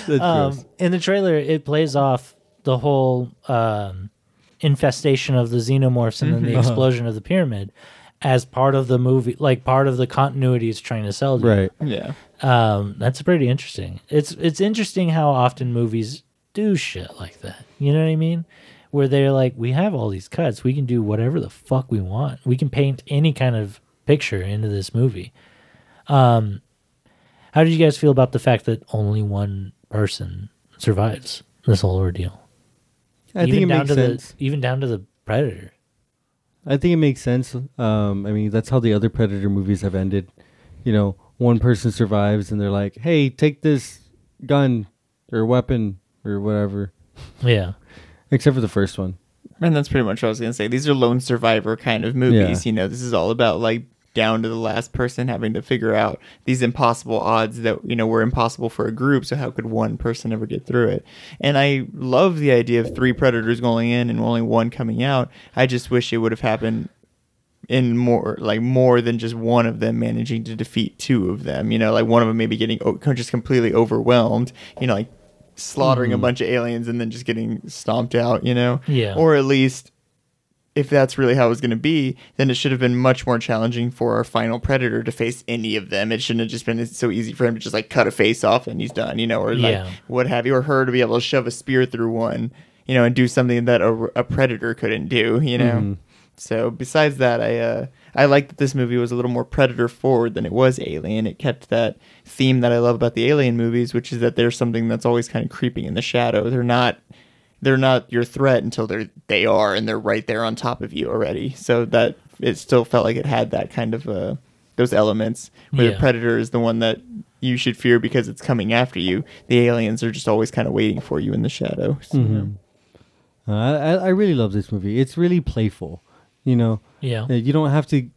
[SPEAKER 3] That's
[SPEAKER 1] Um,
[SPEAKER 3] gross.
[SPEAKER 1] in the trailer, it plays off the whole um, infestation of the xenomorphs and then the explosion of the pyramid as part of the movie, like part of the continuity it's trying to sell. To you.
[SPEAKER 3] Right.
[SPEAKER 2] Yeah.
[SPEAKER 1] Um, that's pretty interesting. It's it's interesting how often movies do shit like that. You know what I mean? Where they're like, we have all these cuts. We can do whatever the fuck we want. We can paint any kind of picture into this movie. Um, how did you guys feel about the fact that only one person survives this whole ordeal?
[SPEAKER 3] I think it
[SPEAKER 1] down
[SPEAKER 3] makes
[SPEAKER 1] to
[SPEAKER 3] sense.
[SPEAKER 1] The, even down to the predator.
[SPEAKER 3] I think it makes sense. Um, I mean, that's how the other Predator movies have ended. You know, one person survives, and they're like, "Hey, take this gun or weapon or whatever."
[SPEAKER 1] Yeah.
[SPEAKER 3] except for the first one.
[SPEAKER 2] And that's pretty much what I was gonna say. These are lone survivor kind of movies.
[SPEAKER 3] Yeah.
[SPEAKER 2] You know, this is all about like down to the last person having to figure out these impossible odds that you know were impossible for a group. So how could one person ever get through it? And I love the idea of three predators going in and only one coming out. I just wish it would have happened in more like more than just one of them managing to defeat two of them. You know, like one of them maybe getting o- just completely overwhelmed. You know, like slaughtering a bunch of aliens and then just getting stomped out. You know,
[SPEAKER 1] Yeah.
[SPEAKER 2] Or at least if that's really how it was going to be, then it should have been much more challenging for our final predator to face any of them. It shouldn't have just been so easy for him to just like cut a face off and he's done, you know, or like
[SPEAKER 1] Yeah.
[SPEAKER 2] what have you, or her to be able to shove a spear through one, you know, and do something that a, a predator couldn't do, you know. So besides that, I uh, I like that this movie was a little more predator forward than it was alien. It kept that theme that I love about the alien movies, which is that there's something that's always kind of creeping in the shadow. They're not they're not your threat until they're they are and they're right there on top of you already. So that it still felt like it had that kind of uh those elements where
[SPEAKER 1] Yeah.
[SPEAKER 2] the predator is the one that you should fear because it's coming after you. The aliens are just always kind of waiting for you in the shadow. So,
[SPEAKER 3] Uh, I I really love this movie. It's really playful, you know.
[SPEAKER 1] Yeah.
[SPEAKER 3] Uh, You don't have to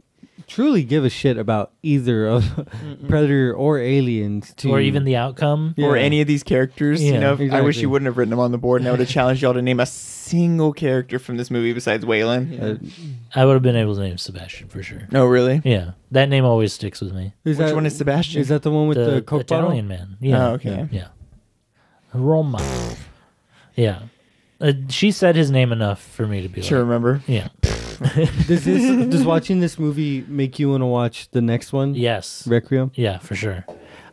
[SPEAKER 3] truly give a shit about either of Predator or Aliens, to,
[SPEAKER 1] Or even the outcome.
[SPEAKER 3] Yeah.
[SPEAKER 2] Or any of these characters, you
[SPEAKER 1] Yeah,
[SPEAKER 2] know, I wish
[SPEAKER 3] exactly.
[SPEAKER 2] you wouldn't have written them on the board, and I would have challenged y'all to name a single character from this movie besides Waylon. Uh,
[SPEAKER 1] I would have been able to name Sebastian for sure.
[SPEAKER 2] No, really?
[SPEAKER 1] Yeah. That name always sticks with me.
[SPEAKER 3] Is
[SPEAKER 2] Which
[SPEAKER 3] that-
[SPEAKER 2] one is Sebastian?
[SPEAKER 3] Is that the one with the,
[SPEAKER 1] The,
[SPEAKER 3] Coke bottle?
[SPEAKER 1] Italian man. Yeah.
[SPEAKER 2] Oh, okay.
[SPEAKER 1] Yeah. Roma. Yeah. Uh, she said his name enough for me to be
[SPEAKER 2] Sure,
[SPEAKER 1] like,
[SPEAKER 2] remember?
[SPEAKER 1] yeah.
[SPEAKER 3] Does this does watching this movie make you want to watch the next one?
[SPEAKER 1] Yes.
[SPEAKER 3] Requiem.
[SPEAKER 1] Yeah, for sure.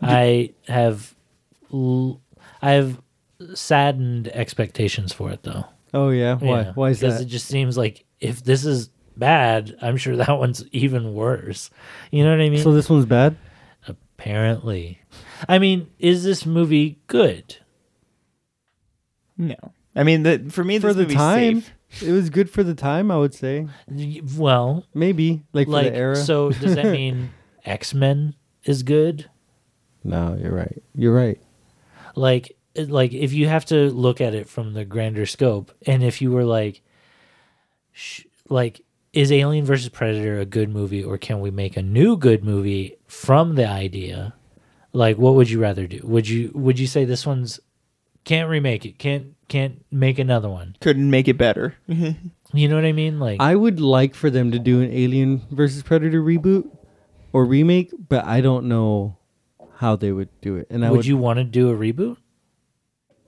[SPEAKER 1] I have, l- I have saddened expectations for it though.
[SPEAKER 3] Oh yeah. Why?
[SPEAKER 1] Yeah.
[SPEAKER 3] Why is
[SPEAKER 1] Because
[SPEAKER 3] that?
[SPEAKER 1] It just seems like if this is bad, I'm sure that one's even worse. You know what I mean?
[SPEAKER 3] so this one's bad.
[SPEAKER 1] Apparently, I mean, is this movie good?
[SPEAKER 2] No. I mean, the, for me,
[SPEAKER 3] For
[SPEAKER 2] this
[SPEAKER 3] the
[SPEAKER 2] movie's
[SPEAKER 3] time,
[SPEAKER 2] safe.
[SPEAKER 3] it was good for the time. I would say
[SPEAKER 1] Y- Well,
[SPEAKER 3] maybe like,
[SPEAKER 1] like
[SPEAKER 3] for the era.
[SPEAKER 1] so, does that mean X Men is good?
[SPEAKER 3] no, you're right. You're right.
[SPEAKER 1] like like if you have to look at it from the grander scope and if you were like sh- like is alien versus predator a good movie or can we make a new good movie from the idea like what would you rather do would you would you say this one's can't remake it can't can't make another one
[SPEAKER 2] Couldn't make it better.
[SPEAKER 1] you know what i mean like
[SPEAKER 3] I would like for them to do an Alien versus Predator reboot or remake, but I don't know how they would do it. And I
[SPEAKER 1] would,
[SPEAKER 3] would,
[SPEAKER 1] you want to do a reboot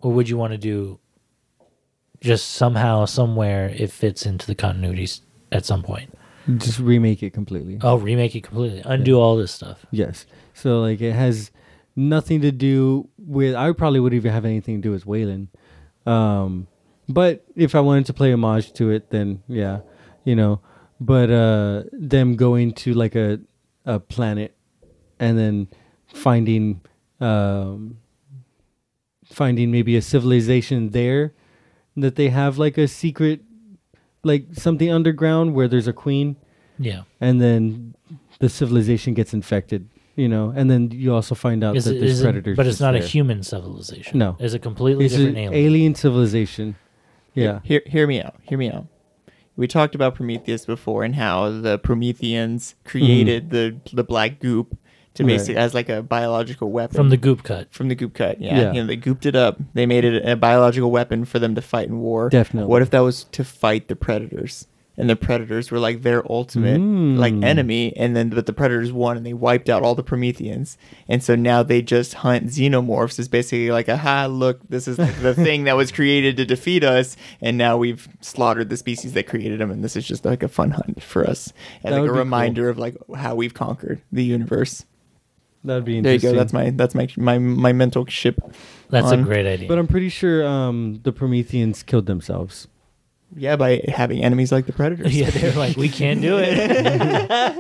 [SPEAKER 1] or would you want to do just somehow somewhere it fits into the continuities at some point
[SPEAKER 3] just remake it completely.
[SPEAKER 1] Oh, remake it completely. Undo all this stuff.
[SPEAKER 3] Yes. So like it has nothing to do with I probably wouldn't even have anything to do with Waylon. Um but if I wanted to play homage to it then yeah, you know. But uh them going to like a a planet and then finding um finding maybe a civilization there that they have like a secret like something underground where there's a queen
[SPEAKER 1] Yeah.
[SPEAKER 3] and then the civilization gets infected, you know, and then you also find out
[SPEAKER 1] Is
[SPEAKER 3] that
[SPEAKER 1] it-
[SPEAKER 3] there's
[SPEAKER 1] is it-
[SPEAKER 3] predators.
[SPEAKER 1] but it's
[SPEAKER 3] just
[SPEAKER 1] not a
[SPEAKER 3] there.
[SPEAKER 1] human civilization.
[SPEAKER 3] No.
[SPEAKER 1] It's a completely
[SPEAKER 3] It's an
[SPEAKER 1] different
[SPEAKER 3] alien.
[SPEAKER 1] alien.
[SPEAKER 3] civilization. Yeah.
[SPEAKER 2] Hear, hear me out. Hear me out. We talked about Prometheus before and how the Prometheans created the the black goop to
[SPEAKER 3] Mm-hmm. Right.
[SPEAKER 2] basically as like a biological weapon
[SPEAKER 1] From the goop cut.
[SPEAKER 2] from the goop cut. Yeah.
[SPEAKER 3] Yeah.
[SPEAKER 2] You know, they gooped it up. They made it a biological weapon for them to fight in war.
[SPEAKER 3] Definitely.
[SPEAKER 2] What if that was to fight the predators? And the predators were like their ultimate like
[SPEAKER 3] Mm.
[SPEAKER 2] enemy, and then but the predators won and they wiped out all the Prometheans, and so now they just hunt xenomorphs. Is basically like, aha, look, this is like the thing that was created to defeat us, and now we've slaughtered the species that created them, and this is just like a fun hunt for us, and like
[SPEAKER 3] That would
[SPEAKER 2] a
[SPEAKER 3] be cool.
[SPEAKER 2] reminder of like how we've conquered the universe.
[SPEAKER 3] That'd be
[SPEAKER 2] There you
[SPEAKER 3] interesting.
[SPEAKER 2] go. That's my that's my my my mental ship.
[SPEAKER 1] That's a
[SPEAKER 2] on-
[SPEAKER 1] great idea.
[SPEAKER 3] But I'm pretty sure um, the Prometheans killed themselves.
[SPEAKER 2] Yeah, by having enemies like the Predators.
[SPEAKER 1] yeah, they're like, we can't do it.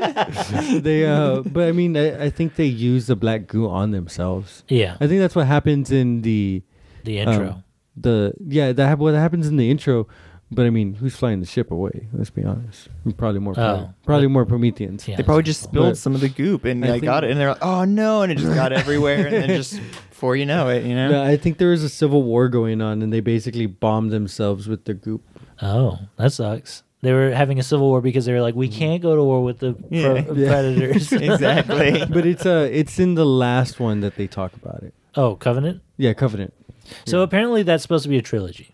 [SPEAKER 3] they, uh, but I mean, I, I think they used the black goo on themselves.
[SPEAKER 1] yeah.
[SPEAKER 3] I think that's what happens in the
[SPEAKER 1] The
[SPEAKER 3] um,
[SPEAKER 1] intro.
[SPEAKER 3] the yeah, that hap- what happens in the intro. But I mean, who's flying the ship away? Let's be honest. Probably more.
[SPEAKER 1] Oh.
[SPEAKER 3] probably more Prometheans.
[SPEAKER 1] yeah.
[SPEAKER 2] They probably just spilled
[SPEAKER 3] But-
[SPEAKER 2] some of the goop and
[SPEAKER 3] I
[SPEAKER 2] I got
[SPEAKER 3] think-
[SPEAKER 2] it, and they're like, "Oh no!" and it just got everywhere, and then just before you know it, you know?
[SPEAKER 3] No, I think there was a civil war going on, and they basically bombed themselves with the goop.
[SPEAKER 1] Oh, that sucks. They were having a civil war because they were like, we can't go to war with the
[SPEAKER 2] Yeah.
[SPEAKER 1] pro-
[SPEAKER 3] Mm-hmm. Yeah.
[SPEAKER 1] predators.
[SPEAKER 2] exactly.
[SPEAKER 3] But it's uh, it's in the last one that they talk about it.
[SPEAKER 1] oh, Covenant.
[SPEAKER 3] Yeah, Covenant.
[SPEAKER 1] So apparently that's supposed to be a trilogy.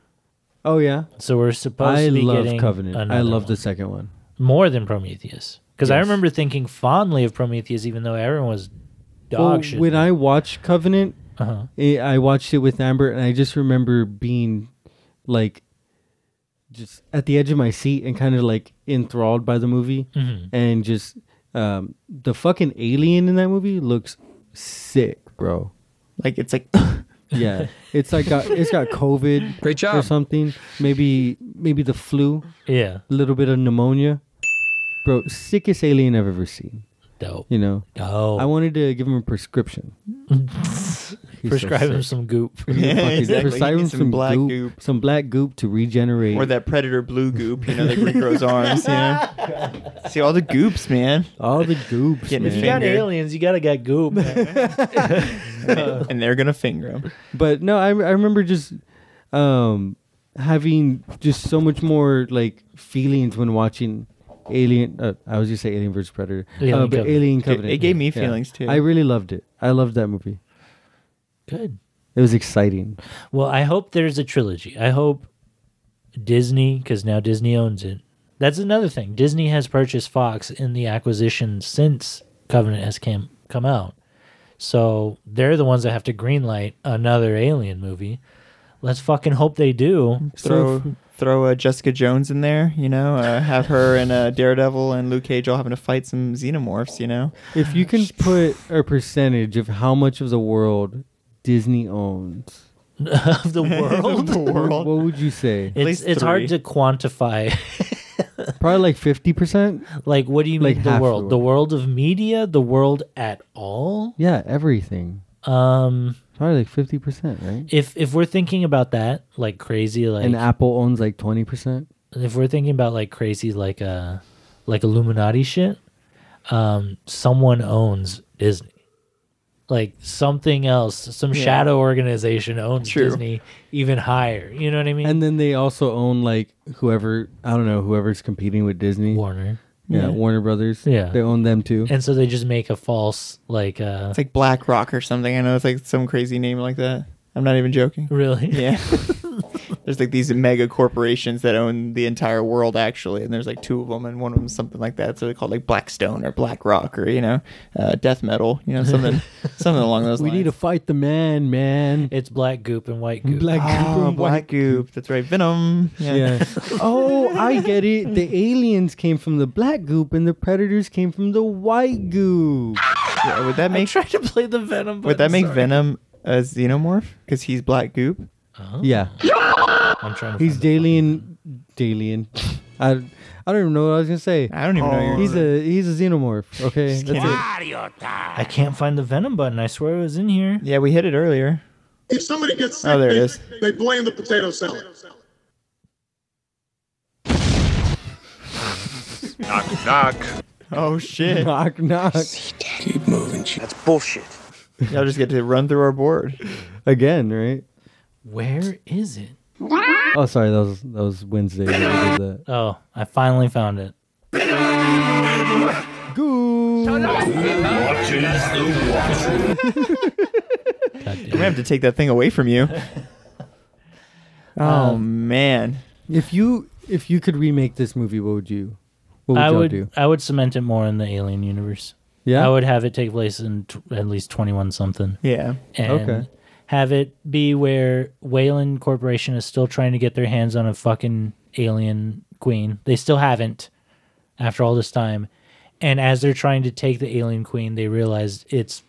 [SPEAKER 3] Oh yeah,
[SPEAKER 1] So we're supposed
[SPEAKER 3] I
[SPEAKER 1] to be
[SPEAKER 3] love
[SPEAKER 1] getting
[SPEAKER 3] Covenant. I
[SPEAKER 1] another
[SPEAKER 3] love the
[SPEAKER 1] one.
[SPEAKER 3] second one.
[SPEAKER 1] more than Prometheus because I
[SPEAKER 3] Yes.
[SPEAKER 1] remember thinking fondly of Prometheus, even though everyone was dog
[SPEAKER 3] Well,
[SPEAKER 1] shit.
[SPEAKER 3] when I watched Covenant,
[SPEAKER 1] uh-huh.
[SPEAKER 3] I I watched it with Amber, and I just remember being like just at the edge of my seat and kind of like enthralled by the movie,
[SPEAKER 1] Mm-hmm.
[SPEAKER 3] and just um, the fucking alien in that movie looks sick, bro.
[SPEAKER 2] Like, it's like,
[SPEAKER 3] Yeah, it's like got, it's got COVID,
[SPEAKER 8] Great
[SPEAKER 3] or
[SPEAKER 8] job.
[SPEAKER 3] something. Maybe maybe the flu,
[SPEAKER 1] yeah,
[SPEAKER 3] a little bit of pneumonia, bro. Sickest alien I've ever seen.
[SPEAKER 1] dope.
[SPEAKER 3] You know,
[SPEAKER 1] Oh,
[SPEAKER 3] I wanted to give him a prescription. He's so
[SPEAKER 1] prescribe him
[SPEAKER 3] sick.
[SPEAKER 1] some goop.
[SPEAKER 2] Yeah,
[SPEAKER 3] Fucking
[SPEAKER 2] exactly.
[SPEAKER 3] prescribe
[SPEAKER 2] You need
[SPEAKER 3] him
[SPEAKER 2] some black goop.
[SPEAKER 3] some black goop to regenerate.
[SPEAKER 2] or that predator blue goop, you know, that regrows arms, you know? See, all the goops, man.
[SPEAKER 3] all the goops,
[SPEAKER 2] Getting
[SPEAKER 3] man.
[SPEAKER 1] If you got
[SPEAKER 2] Finger.
[SPEAKER 1] aliens, you gotta get goop.
[SPEAKER 2] and they're going to finger him.
[SPEAKER 3] but no, I, I remember just um, having just so much more like feelings when watching Alien. Uh, I was just say Alien versus Predator,
[SPEAKER 1] Alien
[SPEAKER 3] uh, but
[SPEAKER 1] Covenant.
[SPEAKER 3] Alien
[SPEAKER 2] It-
[SPEAKER 3] Covenant.
[SPEAKER 2] it gave
[SPEAKER 3] yeah,
[SPEAKER 2] me
[SPEAKER 3] yeah.
[SPEAKER 2] feelings, too.
[SPEAKER 3] I really loved it. I loved that movie.
[SPEAKER 1] Good.
[SPEAKER 3] It was exciting.
[SPEAKER 1] Well, I hope there's a trilogy. I hope Disney, because now Disney owns it. That's another thing. Disney has purchased Fox in the acquisition since Covenant has came come out. So they're the ones that have to greenlight another Alien movie. Let's fucking hope they do.
[SPEAKER 2] Throw. Throw uh, Jessica Jones in there, you know. Uh, have her and uh, Daredevil and Luke Cage all having to fight some xenomorphs, you know.
[SPEAKER 3] If you can put a percentage of how much of the world Disney owns,
[SPEAKER 1] of the world.
[SPEAKER 2] the
[SPEAKER 3] what
[SPEAKER 2] world.
[SPEAKER 3] would you say?
[SPEAKER 1] It's,
[SPEAKER 2] least
[SPEAKER 1] it's hard to
[SPEAKER 2] three.
[SPEAKER 1] quantify.
[SPEAKER 3] Probably like fifty percent.
[SPEAKER 1] like, what do you
[SPEAKER 3] Like
[SPEAKER 1] mean the
[SPEAKER 3] half the
[SPEAKER 1] world? The world of media? The world at all?
[SPEAKER 3] Yeah, everything.
[SPEAKER 1] Um,
[SPEAKER 3] Probably like fifty percent, right?
[SPEAKER 1] if if we're thinking about that, like crazy, like
[SPEAKER 3] and Apple owns like twenty percent.
[SPEAKER 1] if we're thinking about like crazy like uh like illuminati shit um someone owns disney like something else some shadow organization owns
[SPEAKER 2] True.
[SPEAKER 1] disney even higher you know what i mean
[SPEAKER 3] And then they also own like whoever I don't know whoever's competing with Disney.
[SPEAKER 1] warner
[SPEAKER 3] Yeah, Warner Brothers.
[SPEAKER 1] Yeah.
[SPEAKER 3] they own them too.
[SPEAKER 1] and so they just make a false like uh
[SPEAKER 2] It's like Black Rock or something. I know it's like some crazy name like that. I'm not even joking.
[SPEAKER 1] really
[SPEAKER 2] Yeah. there's like these mega corporations that own the entire world actually, and there's like two of them, and one of them's something like that. So they call it like Blackstone or Black Rock or you know, uh, death metal, you know, something, something along those
[SPEAKER 3] we
[SPEAKER 2] lines.
[SPEAKER 3] need to fight the man, man.
[SPEAKER 1] it's black goop and white goop
[SPEAKER 3] Ah, Black
[SPEAKER 2] oh,
[SPEAKER 3] Goop,
[SPEAKER 2] Black Goop. That's right, Venom. Yeah.
[SPEAKER 3] Yeah. oh, I get it. The aliens came from the black goop, and the predators came from the white goop.
[SPEAKER 2] Yeah, Would that
[SPEAKER 1] i
[SPEAKER 2] make
[SPEAKER 1] tried to play the venom button,
[SPEAKER 2] Would that make
[SPEAKER 1] sorry.
[SPEAKER 2] Venom a xenomorph? Because he's Black Goop.
[SPEAKER 3] Yeah,
[SPEAKER 1] i'm trying to
[SPEAKER 3] he's
[SPEAKER 1] he's
[SPEAKER 3] Dalian. Dalian. I, I don't even know what I was gonna say.
[SPEAKER 2] I don't even know. Your
[SPEAKER 3] He's a he's a xenomorph. Okay, that's it.
[SPEAKER 1] i can't find the venom button i swear it was in here
[SPEAKER 2] yeah, we hit it earlier.
[SPEAKER 5] If somebody gets sick,
[SPEAKER 2] Oh, there it
[SPEAKER 5] they,
[SPEAKER 2] is.
[SPEAKER 5] they blame the potato salad. Knock, knock.
[SPEAKER 2] Oh shit!
[SPEAKER 3] Knock knock
[SPEAKER 9] Keep moving, Chief.
[SPEAKER 6] That's bullshit.
[SPEAKER 2] Y'all just get to run through our board.
[SPEAKER 3] again, right?
[SPEAKER 1] where is it
[SPEAKER 3] Oh, sorry, that was that was Wednesday. that we did that.
[SPEAKER 1] oh i finally found it
[SPEAKER 2] I'm gonna have to take that thing away from you. oh
[SPEAKER 1] Um,
[SPEAKER 2] man.
[SPEAKER 3] If you if you could remake this movie, what would you? What would
[SPEAKER 1] I
[SPEAKER 3] y'all
[SPEAKER 1] would
[SPEAKER 3] do?
[SPEAKER 1] I would cement it more in the Alien universe.
[SPEAKER 3] Yeah,
[SPEAKER 1] I would have it take place in t- at least twenty one something,
[SPEAKER 2] Yeah.
[SPEAKER 1] and
[SPEAKER 3] Okay.
[SPEAKER 1] have it be where Wayland Corporation is still trying to get their hands on a fucking alien queen. They still haven't after all this time, and as they're trying to take the alien queen, they realize it's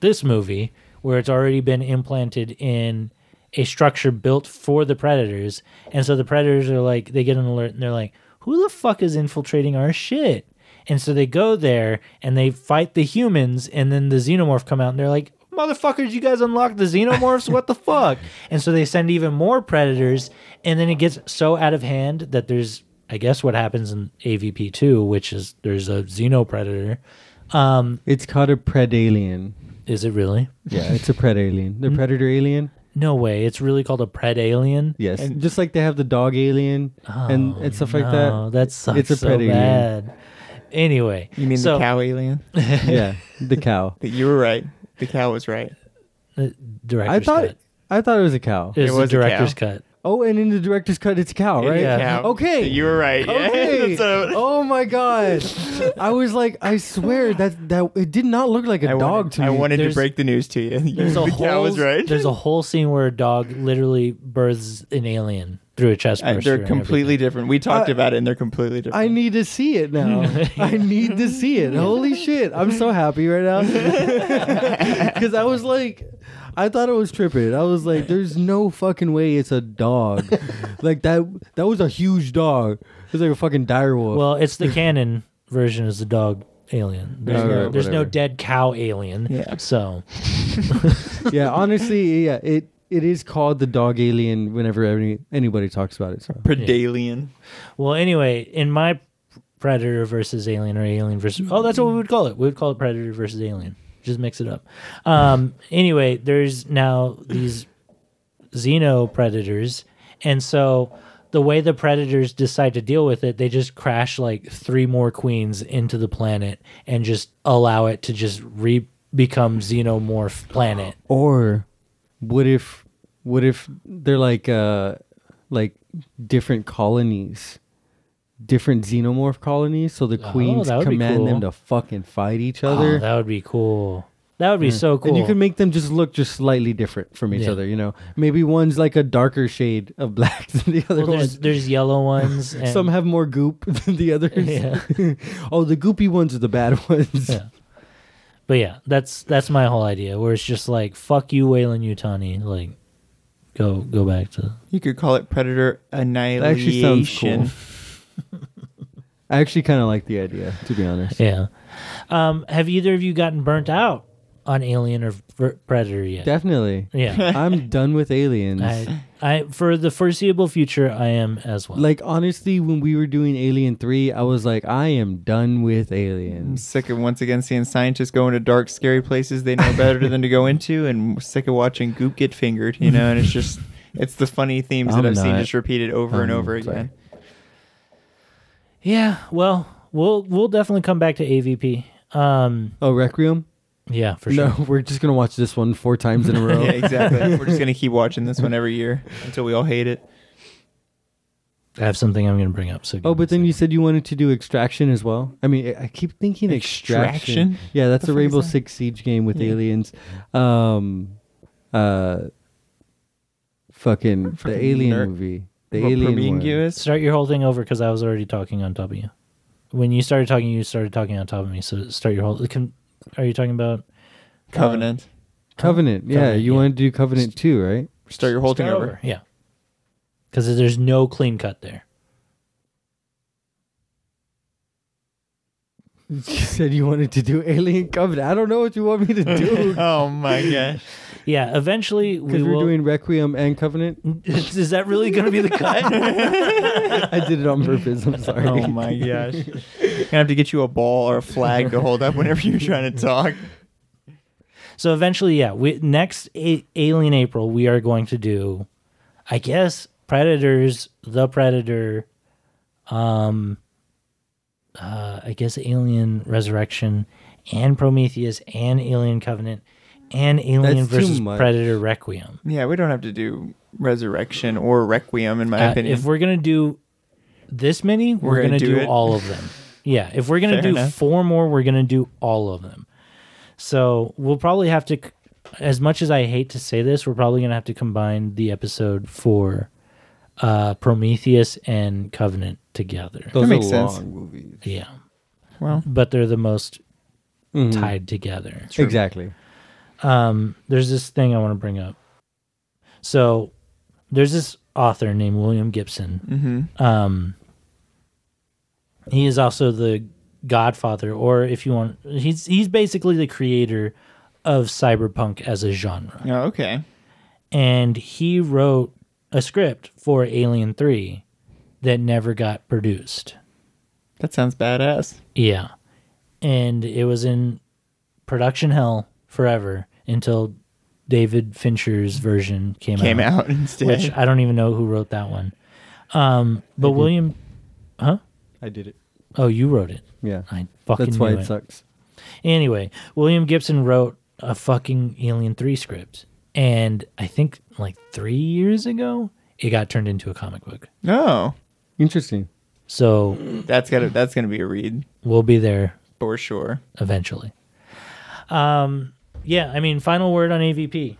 [SPEAKER 1] this movie where it's already been implanted in a structure built for the predators and so the predators are like they get an alert and they're like who the fuck is infiltrating our shit and so they go there and they fight the humans and then the xenomorph come out and they're like motherfuckers you guys unlocked the xenomorphs what the fuck and so they send even more predators and then it gets so out of hand that there's i guess what happens in avp2 which is there's a xenopredator
[SPEAKER 3] it's called a predalien.
[SPEAKER 1] Um, Is it really?
[SPEAKER 3] Yeah, it's a pred alien.
[SPEAKER 1] Hmm?
[SPEAKER 3] The predator alien.
[SPEAKER 1] No way. It's really called a pred alien.
[SPEAKER 3] Yes,
[SPEAKER 2] And-
[SPEAKER 3] just like they have the dog alien and,
[SPEAKER 1] Oh,
[SPEAKER 3] and stuff like
[SPEAKER 1] no,
[SPEAKER 3] that.
[SPEAKER 1] That sucks
[SPEAKER 3] It's a
[SPEAKER 1] so
[SPEAKER 3] pred alien.
[SPEAKER 1] bad. Anyway,
[SPEAKER 2] You mean
[SPEAKER 1] so
[SPEAKER 2] the cow alien?
[SPEAKER 3] yeah, the cow.
[SPEAKER 2] That you were right. The cow was right.
[SPEAKER 1] the
[SPEAKER 3] I
[SPEAKER 1] director's
[SPEAKER 3] thought
[SPEAKER 1] cut.
[SPEAKER 3] I thought it was a cow.
[SPEAKER 1] It was,
[SPEAKER 2] It was a
[SPEAKER 1] the director's
[SPEAKER 2] cow.
[SPEAKER 1] cut.
[SPEAKER 3] Oh, and in the director's cut, it's a cow, right?
[SPEAKER 1] Yeah.
[SPEAKER 2] Cow.
[SPEAKER 3] Okay.
[SPEAKER 2] You were right. Yeah.
[SPEAKER 3] Okay.
[SPEAKER 2] So-
[SPEAKER 3] oh my god! I was like, I swear that that it did not look like a
[SPEAKER 2] I
[SPEAKER 3] dog
[SPEAKER 2] wanted,
[SPEAKER 3] to
[SPEAKER 2] I
[SPEAKER 3] me.
[SPEAKER 2] wanted to
[SPEAKER 1] There's-
[SPEAKER 2] break the news to you.
[SPEAKER 1] There's a
[SPEAKER 2] the
[SPEAKER 1] whole,
[SPEAKER 2] cow was right.
[SPEAKER 1] There's a whole scene where a dog literally births an alien through a chest
[SPEAKER 2] Uh,
[SPEAKER 1] burster.
[SPEAKER 2] they're
[SPEAKER 1] and
[SPEAKER 2] completely different. We talked
[SPEAKER 3] I-
[SPEAKER 2] about it, and they're completely different.
[SPEAKER 3] Uh,
[SPEAKER 1] Mm.
[SPEAKER 3] I need to see it now. I need to see it. Holy shit. I'm so happy right now. Because I was like, I thought I was tripping. I was like, there's no fucking way it's a dog. like that that was a huge dog. It was like a fucking dire wolf.
[SPEAKER 1] Well, it's the canon version is the dog alien. There's,
[SPEAKER 3] Yeah,
[SPEAKER 1] no,
[SPEAKER 3] right,
[SPEAKER 1] there's no
[SPEAKER 3] whatever.
[SPEAKER 1] dead cow alien.
[SPEAKER 2] Yeah.
[SPEAKER 1] So
[SPEAKER 3] yeah, honestly, yeah, it it is called the dog alien whenever any, anybody talks about it. So
[SPEAKER 2] Predalien.
[SPEAKER 1] well, anyway, in my predator versus alien or alien versus oh, that's what we would call it. We would call it predator versus alien. Just mix it up. Um, anyway, there's now these xeno predators, and so the way the predators decide to deal with it, they just crash like three more queens into the planet and just allow it to just re become xenomorph planet.
[SPEAKER 3] or what if what if they're like uh like different colonies different xenomorph colonies so the
[SPEAKER 1] Oh,
[SPEAKER 3] queens
[SPEAKER 1] that would be
[SPEAKER 3] command
[SPEAKER 1] cool.
[SPEAKER 3] them to fucking fight each
[SPEAKER 1] Oh,
[SPEAKER 3] other
[SPEAKER 1] that would be cool. That would be so cool.
[SPEAKER 3] Mm. and you can make them just look just slightly different from each
[SPEAKER 1] Yeah.
[SPEAKER 3] other you know maybe one's like a darker shade of black than the other
[SPEAKER 1] well, there's
[SPEAKER 3] ones
[SPEAKER 1] there's yellow ones. And,
[SPEAKER 3] some have more goop than the others
[SPEAKER 1] Yeah.
[SPEAKER 3] oh the goopy ones are the bad ones
[SPEAKER 1] Yeah. but yeah, that's that's my whole idea. Where it's just like fuck you, Waylon Utani. Like, go go back to
[SPEAKER 2] You could call it predator annihilation.
[SPEAKER 3] actually sounds cool. i actually kind of like the idea to be honest
[SPEAKER 1] yeah. Um, have either of you gotten burnt out on Alien or v- Predator yet?
[SPEAKER 3] definitely
[SPEAKER 1] yeah.
[SPEAKER 3] I'm done with aliens.
[SPEAKER 1] I, I for the foreseeable future, I am as well.
[SPEAKER 3] like honestly, when we were doing Alien Three, I was like, I am done with
[SPEAKER 2] I'm
[SPEAKER 3] aliens.
[SPEAKER 2] sick of once again seeing scientists go into dark, scary places they know better than to go into, and sick of watching Goop get fingered. You know, and it's just it's the funny themes
[SPEAKER 3] I'm
[SPEAKER 2] that I've seen
[SPEAKER 3] not-
[SPEAKER 2] just repeated over and
[SPEAKER 3] I'm
[SPEAKER 2] over
[SPEAKER 3] sorry.
[SPEAKER 2] again.
[SPEAKER 1] yeah. Well, we'll we'll definitely come back to AVP. Um,
[SPEAKER 3] Oh, Requiem?
[SPEAKER 1] yeah, for sure.
[SPEAKER 3] No, we're just gonna watch this one four times in a row.
[SPEAKER 2] Yeah, exactly. We're just gonna keep watching this one every year until we all hate it.
[SPEAKER 1] I have something I'm going to bring up. So
[SPEAKER 3] Oh, but then you said you wanted to do Extraction as well. I mean, I I keep thinking Extraction.
[SPEAKER 2] Extraction?
[SPEAKER 3] Yeah, that's a
[SPEAKER 2] fuck is
[SPEAKER 3] Rainbow
[SPEAKER 2] that?
[SPEAKER 3] Six Siege game with aliens. Um, uh, fucking the
[SPEAKER 2] Fucking
[SPEAKER 3] alien
[SPEAKER 2] nerd.
[SPEAKER 3] movie. The
[SPEAKER 2] Well,
[SPEAKER 3] alien one.
[SPEAKER 2] Prometheus?
[SPEAKER 1] start your whole thing over because I was already talking on top of you. When you started talking, you started talking on top of me. So start your whole. Can, are you talking about? uh,
[SPEAKER 2] Covenant.
[SPEAKER 3] Covenant. Yeah,
[SPEAKER 1] Covenant,
[SPEAKER 3] you
[SPEAKER 1] yeah.
[SPEAKER 3] want to do Covenant too, right?
[SPEAKER 2] Start your whole thing
[SPEAKER 1] Start
[SPEAKER 2] over.
[SPEAKER 1] Yeah. Because there's no clean cut there.
[SPEAKER 3] You said you wanted to do Alien Covenant. I don't know what you want me to do.
[SPEAKER 2] Oh my gosh.
[SPEAKER 1] Yeah. Eventually we
[SPEAKER 3] Because we
[SPEAKER 1] will.
[SPEAKER 3] are doing Requiem and Covenant.
[SPEAKER 1] is, is that really going to be the cut?
[SPEAKER 3] I did it on purpose. I'm sorry.
[SPEAKER 2] Oh my gosh. Gonna have to get you a ball or a flag to hold up whenever you're trying to talk.
[SPEAKER 1] so eventually, yeah. We next a- Alien April we are going to do, I guess Predators, the Predator, um, uh, I guess Alien Resurrection and Prometheus and Alien Covenant and Alien
[SPEAKER 3] That's too
[SPEAKER 1] versus
[SPEAKER 3] much.
[SPEAKER 1] Predator Requiem.
[SPEAKER 2] Yeah, we don't have to do resurrection or requiem in my
[SPEAKER 1] Uh,
[SPEAKER 2] opinion.
[SPEAKER 1] If we're gonna do this many, we're, gonna,
[SPEAKER 2] gonna do
[SPEAKER 1] do,
[SPEAKER 2] it.
[SPEAKER 1] all of them. Yeah, if we're gonna
[SPEAKER 2] Fair
[SPEAKER 1] do
[SPEAKER 2] enough.
[SPEAKER 1] four more, we're gonna do all of them. So we'll probably have to, c- as much as I hate to say this, we're probably gonna have to combine the episode for uh, Prometheus and Covenant together.
[SPEAKER 3] Those
[SPEAKER 2] makes
[SPEAKER 3] are
[SPEAKER 2] sense.
[SPEAKER 3] long movies.
[SPEAKER 1] Yeah,
[SPEAKER 2] well,
[SPEAKER 1] but they're the most
[SPEAKER 2] mm-hmm.
[SPEAKER 3] Mhm.
[SPEAKER 1] tied together.
[SPEAKER 3] Exactly.
[SPEAKER 1] um, there's this thing I want to bring up. So there's this author named William Gibson. Um, he is also the godfather, or if you want, he's he's basically the creator of cyberpunk as a genre.
[SPEAKER 2] oh, okay.
[SPEAKER 1] And he wrote a script for Alien Three that never got produced.
[SPEAKER 2] That sounds badass.
[SPEAKER 1] Yeah. And it was in production hell forever until David Fincher's version came,
[SPEAKER 2] Came out instead.
[SPEAKER 1] Uh, which I don't even know who wrote that one. Um, but William,
[SPEAKER 3] I did it.
[SPEAKER 1] oh, you wrote it.
[SPEAKER 3] Yeah.
[SPEAKER 1] I fucking
[SPEAKER 3] That's why uh,
[SPEAKER 1] knew
[SPEAKER 3] it
[SPEAKER 1] it.
[SPEAKER 3] sucks.
[SPEAKER 1] Anyway, William Gibson wrote a fucking Alien 3 script. And I think like three years ago, it got turned into a comic book.
[SPEAKER 2] No,
[SPEAKER 3] Interesting.
[SPEAKER 1] So
[SPEAKER 2] that's gotta that's gonna be a read
[SPEAKER 1] we'll be there
[SPEAKER 2] for sure.
[SPEAKER 1] eventually. Um, yeah, I mean, final word on AVP.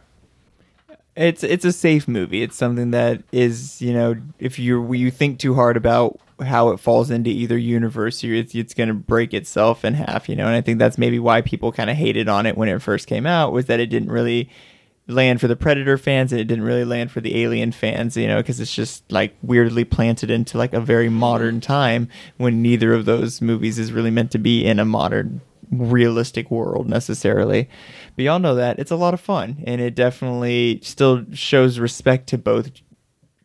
[SPEAKER 2] It's it's a safe movie. It's something that is you know if you you think too hard about how it falls into either universe, you it's it's gonna break itself in half. You know, and I think that's maybe why people kind of hated on it when it first came out was that it didn't really land for the Predator fans and it didn't really land for the Alien fans. You know, because it's just like weirdly planted into like a very modern time when neither of those movies is really meant to be in a modern realistic world necessarily. Beyond all that, it's a lot of fun, and it definitely still shows respect to both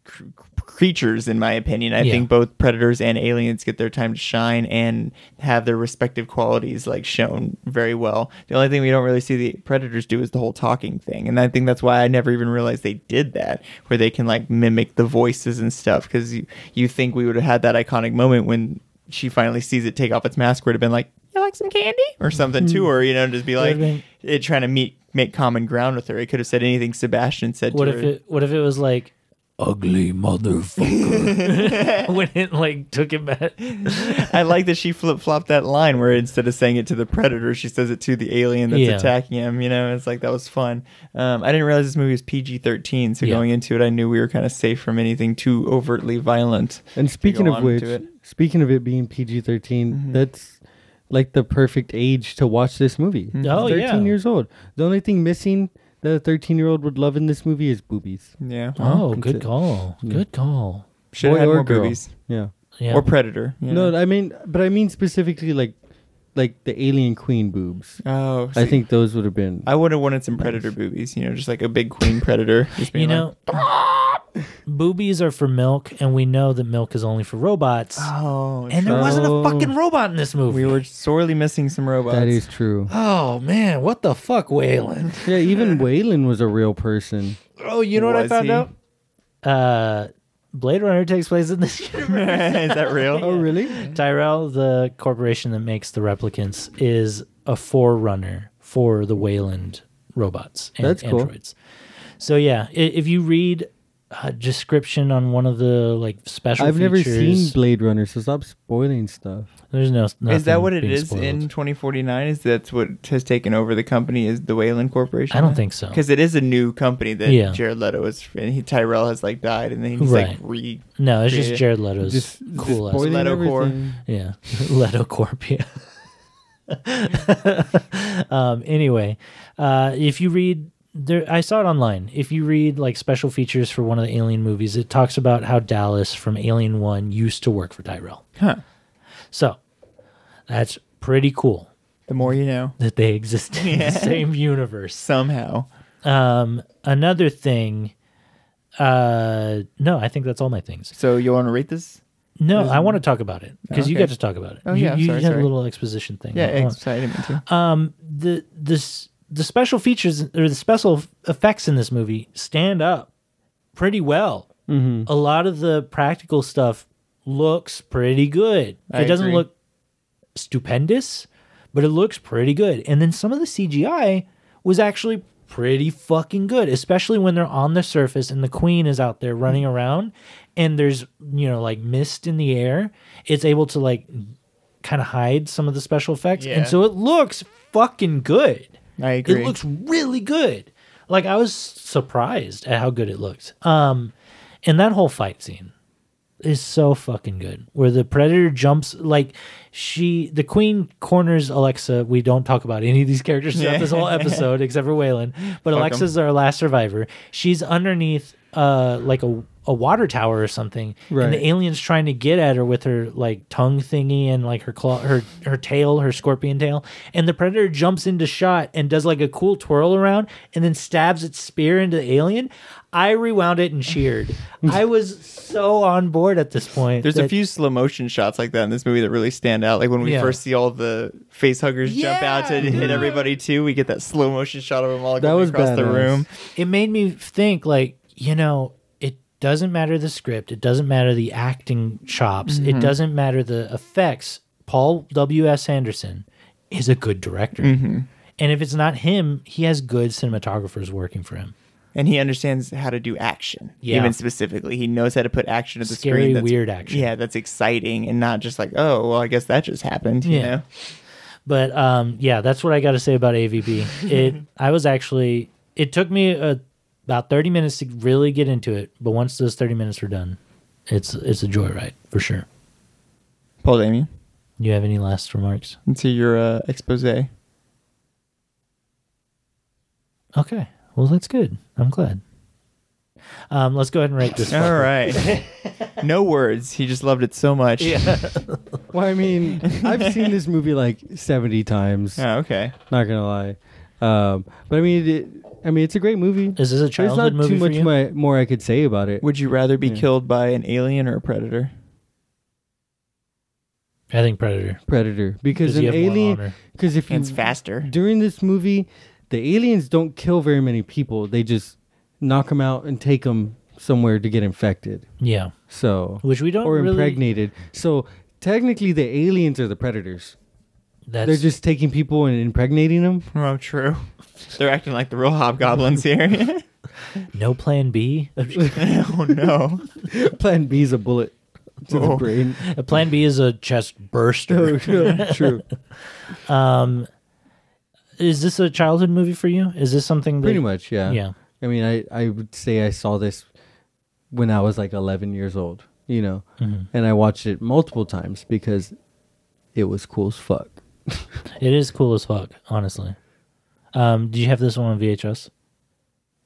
[SPEAKER 2] cr- creatures, in my opinion. I
[SPEAKER 1] Yeah.
[SPEAKER 2] think both predators and aliens get their time to shine and have their respective qualities like shown very well. The only thing we don't really see the predators do is the whole talking thing, and I think that's why I never even realized they did that, where they can like mimic the voices and stuff. Because you you think we would have had that iconic moment when she finally sees it take off its mask, would have been like, "You like some candy?" or something to her, you know, just be like
[SPEAKER 1] Mm-hmm. would've been-
[SPEAKER 2] it trying to meet make common ground with her. It could have said anything Sebastian said
[SPEAKER 1] What
[SPEAKER 2] to
[SPEAKER 1] if
[SPEAKER 2] her.
[SPEAKER 1] it? What if it was like ugly motherfucker when it like took it back?
[SPEAKER 2] Oh, I like that she flip flopped that line where instead of saying it to the predator, she says it to the alien that's
[SPEAKER 1] Yeah.
[SPEAKER 2] attacking him. You know, it's like that was fun. Um, I didn't realize this movie was PG 13, so
[SPEAKER 1] Yeah.
[SPEAKER 2] going into it, I knew we were kind of safe from anything too overtly violent.
[SPEAKER 3] And speaking
[SPEAKER 2] on
[SPEAKER 3] of
[SPEAKER 2] to
[SPEAKER 3] which,
[SPEAKER 2] it. Mm-hmm.
[SPEAKER 3] speaking of it being PG 13, that's like the perfect age to watch this movie.
[SPEAKER 2] Mm-hmm.
[SPEAKER 1] Oh,
[SPEAKER 3] 13
[SPEAKER 1] yeah.
[SPEAKER 3] years old. The only thing missing that a 13 year old would love in this movie is boobies.
[SPEAKER 2] Yeah.
[SPEAKER 1] Oh,
[SPEAKER 3] that's
[SPEAKER 1] good
[SPEAKER 3] it.
[SPEAKER 1] call. Good call.
[SPEAKER 2] Should have
[SPEAKER 3] Boy
[SPEAKER 2] had
[SPEAKER 3] or
[SPEAKER 2] more
[SPEAKER 3] girl.
[SPEAKER 2] boobies.
[SPEAKER 3] Yeah.
[SPEAKER 1] Yeah.
[SPEAKER 2] Hmm. Or predator. you
[SPEAKER 3] No,
[SPEAKER 2] know.
[SPEAKER 3] I mean, but I mean specifically like like the alien queen boobs.
[SPEAKER 2] Oh,
[SPEAKER 3] I
[SPEAKER 2] see,
[SPEAKER 3] think those would have been.
[SPEAKER 2] I would have wanted some predator boobies, you know, just like a big queen predator. Just
[SPEAKER 1] you
[SPEAKER 2] being like,
[SPEAKER 1] know, boobies are for milk, and we know that milk is only for robots.
[SPEAKER 2] oh,
[SPEAKER 1] and there
[SPEAKER 3] true.
[SPEAKER 1] wasn't a
[SPEAKER 3] Oh.
[SPEAKER 1] fucking robot in this movie.
[SPEAKER 2] we were sorely missing some robots.
[SPEAKER 3] that is true.
[SPEAKER 1] Oh man, what the fuck, Waylon?
[SPEAKER 3] Yeah, even Waylon was a real person.
[SPEAKER 1] Oh, you know what I
[SPEAKER 2] Was
[SPEAKER 1] found
[SPEAKER 2] he?
[SPEAKER 1] out? Uh, Blade Runner takes place in this universe.
[SPEAKER 2] is that real?
[SPEAKER 3] Oh, really?
[SPEAKER 1] Tyrell, the corporation that makes the replicants, is a forerunner for the Wayland robots and
[SPEAKER 3] That's cool.
[SPEAKER 1] androids. So yeah, i- if you read a description on one of the like special,
[SPEAKER 3] I've never seen
[SPEAKER 1] features-
[SPEAKER 3] Blade Runner, so stop spoiling stuff.
[SPEAKER 1] There's no.
[SPEAKER 2] Is that what it
[SPEAKER 1] nothing being
[SPEAKER 2] is in
[SPEAKER 1] spoiled.
[SPEAKER 2] 2049? Is that's what has taken over the company? Is the Wayland Corporation?
[SPEAKER 1] I don't think so.
[SPEAKER 2] because it is a new company that
[SPEAKER 1] Yeah.
[SPEAKER 2] Jared Leto is, and he Tyrell has like died, and then he's like
[SPEAKER 1] Right.
[SPEAKER 2] re.
[SPEAKER 1] No, it's
[SPEAKER 2] Yeah.
[SPEAKER 1] just Jared Leto's
[SPEAKER 3] Just
[SPEAKER 1] cool. ass
[SPEAKER 3] spoiling
[SPEAKER 2] Leto core.
[SPEAKER 3] everything.
[SPEAKER 1] Yeah, Leto Corp. Yeah. um, anyway, uh, if you read there, I saw it online. If you read like special features for one of the Alien movies, it talks about how Dallas from Alien One used to work for Tyrell.
[SPEAKER 2] Huh.
[SPEAKER 1] So that's pretty cool
[SPEAKER 2] The more you know,
[SPEAKER 1] that they exist in the same universe.
[SPEAKER 2] somehow.
[SPEAKER 1] Um, another thing. Uh, no, I think that's all my things.
[SPEAKER 2] So you want to rate this?
[SPEAKER 1] No, I want to talk about it because you
[SPEAKER 2] Okay.
[SPEAKER 1] got to talk about it.
[SPEAKER 2] Oh,
[SPEAKER 1] you,
[SPEAKER 2] yeah,
[SPEAKER 1] you
[SPEAKER 2] sorry,
[SPEAKER 1] had
[SPEAKER 2] sorry.
[SPEAKER 1] a little exposition thing.
[SPEAKER 2] Yeah,
[SPEAKER 1] Hold on.
[SPEAKER 2] excited me
[SPEAKER 1] Uh,
[SPEAKER 2] too.
[SPEAKER 1] Um, the this the special features or the special effects in this movie stand up pretty well.
[SPEAKER 2] Mm-hmm.
[SPEAKER 1] A lot of the practical stuff looks pretty good.
[SPEAKER 2] I
[SPEAKER 1] it doesn't
[SPEAKER 2] agree.
[SPEAKER 1] look stupendous, but it looks pretty good. And then some of the CGI was actually pretty fucking good, especially when they're on the surface and the queen is out there running around and there's, you know, like mist in the air. It's able to like kind of hide some of the special effects.
[SPEAKER 2] Yeah.
[SPEAKER 1] And so it looks fucking good.
[SPEAKER 2] I agree.
[SPEAKER 1] It looks really good. Like I was surprised at how good it looked. Um and that whole fight scene is so fucking good. Where the predator jumps like she the queen corners Alexa. We don't talk about any of these characters throughout
[SPEAKER 2] Yeah.
[SPEAKER 1] this whole episode except for Waylon. But
[SPEAKER 2] Fuck 'em.
[SPEAKER 1] Alexa's our last survivor. She's underneath uh like a a water tower or something.
[SPEAKER 3] Right.
[SPEAKER 1] And the alien's trying to get at her with her like tongue thingy and like her claw her her tail, her scorpion tail. And the predator jumps into shot and does like a cool twirl around and then stabs its spear into the alien. I rewound it and cheered. I was so on board at this point.
[SPEAKER 2] There's a
[SPEAKER 1] that-
[SPEAKER 2] few slow motion shots like that in this movie that really stand out. Like when we
[SPEAKER 1] Yeah.
[SPEAKER 2] first see all the face huggers jump out to hit everybody too, we get that slow motion shot of them all going
[SPEAKER 3] was
[SPEAKER 2] across the
[SPEAKER 3] badass.
[SPEAKER 2] room.
[SPEAKER 1] It made me think, like you know, it doesn't matter the script. It doesn't matter the acting chops.
[SPEAKER 2] Mm-hmm.
[SPEAKER 1] It doesn't matter the effects. Paul W. S. Anderson is a good director,
[SPEAKER 2] Mm-hmm.
[SPEAKER 1] and if it's not him, he has good cinematographers working for him.
[SPEAKER 2] And he understands how to do action.
[SPEAKER 1] Yeah.
[SPEAKER 2] Even specifically. He knows how to put action at the
[SPEAKER 1] Scary,
[SPEAKER 2] screen. That's,
[SPEAKER 1] weird action.
[SPEAKER 2] Yeah, that's exciting and not just like, oh, well, I guess that just happened. You
[SPEAKER 1] Yeah.
[SPEAKER 2] know?
[SPEAKER 1] But um, yeah, that's what I got to say about AVB. It I was actually it took me uh about thirty minutes to really get into it, but once those thirty minutes were done, it's it's a joyride for sure.
[SPEAKER 2] Paul Damien,
[SPEAKER 1] You have any last remarks?
[SPEAKER 2] into your uh, expose.
[SPEAKER 1] Okay, well that's good. I'm glad. Um, let's go ahead and rate this.
[SPEAKER 2] All
[SPEAKER 1] fucker.
[SPEAKER 2] right. no words. He just loved it so much. Yeah.
[SPEAKER 3] Well, I mean, I've seen this movie like seventy times.
[SPEAKER 2] Oh, okay.
[SPEAKER 3] Not gonna lie, um, but I mean, it, I mean, it's a great movie.
[SPEAKER 1] Is this a
[SPEAKER 3] There's
[SPEAKER 1] childhood
[SPEAKER 3] not
[SPEAKER 1] movie
[SPEAKER 3] too
[SPEAKER 1] for
[SPEAKER 3] much
[SPEAKER 1] you?
[SPEAKER 3] my, more I could say about it.
[SPEAKER 2] Would you rather be killed by an alien or a predator?
[SPEAKER 1] I think Predator.
[SPEAKER 3] Predator, because
[SPEAKER 1] Does he
[SPEAKER 3] an
[SPEAKER 1] have more
[SPEAKER 3] alien,
[SPEAKER 1] honor?
[SPEAKER 3] because if you
[SPEAKER 2] And it's faster.
[SPEAKER 3] during this movie, the aliens don't kill very many people. They just knock them out and take them somewhere to get infected.
[SPEAKER 1] Yeah,
[SPEAKER 3] So
[SPEAKER 1] which we don't
[SPEAKER 3] or
[SPEAKER 1] really.
[SPEAKER 3] impregnated. So technically, the aliens are the predators.
[SPEAKER 1] That's
[SPEAKER 3] They're just taking people and impregnating them.
[SPEAKER 2] Oh, true. They're acting like the real hobgoblins here.
[SPEAKER 1] no Plan B.
[SPEAKER 2] oh, no.
[SPEAKER 3] Plan B is a bullet to the
[SPEAKER 2] Oh.
[SPEAKER 3] brain.
[SPEAKER 1] plan B is a chest burster.
[SPEAKER 3] True.
[SPEAKER 1] Is this a childhood movie for you? Is this something? That,
[SPEAKER 3] Pretty much, yeah.
[SPEAKER 1] Yeah.
[SPEAKER 3] I mean, I, I would say I saw this when I was like 11 years old, you know, and I watched it multiple times because it was cool as fuck.
[SPEAKER 1] It is cool as fuck, honestly. Um, do you have this one on VHS?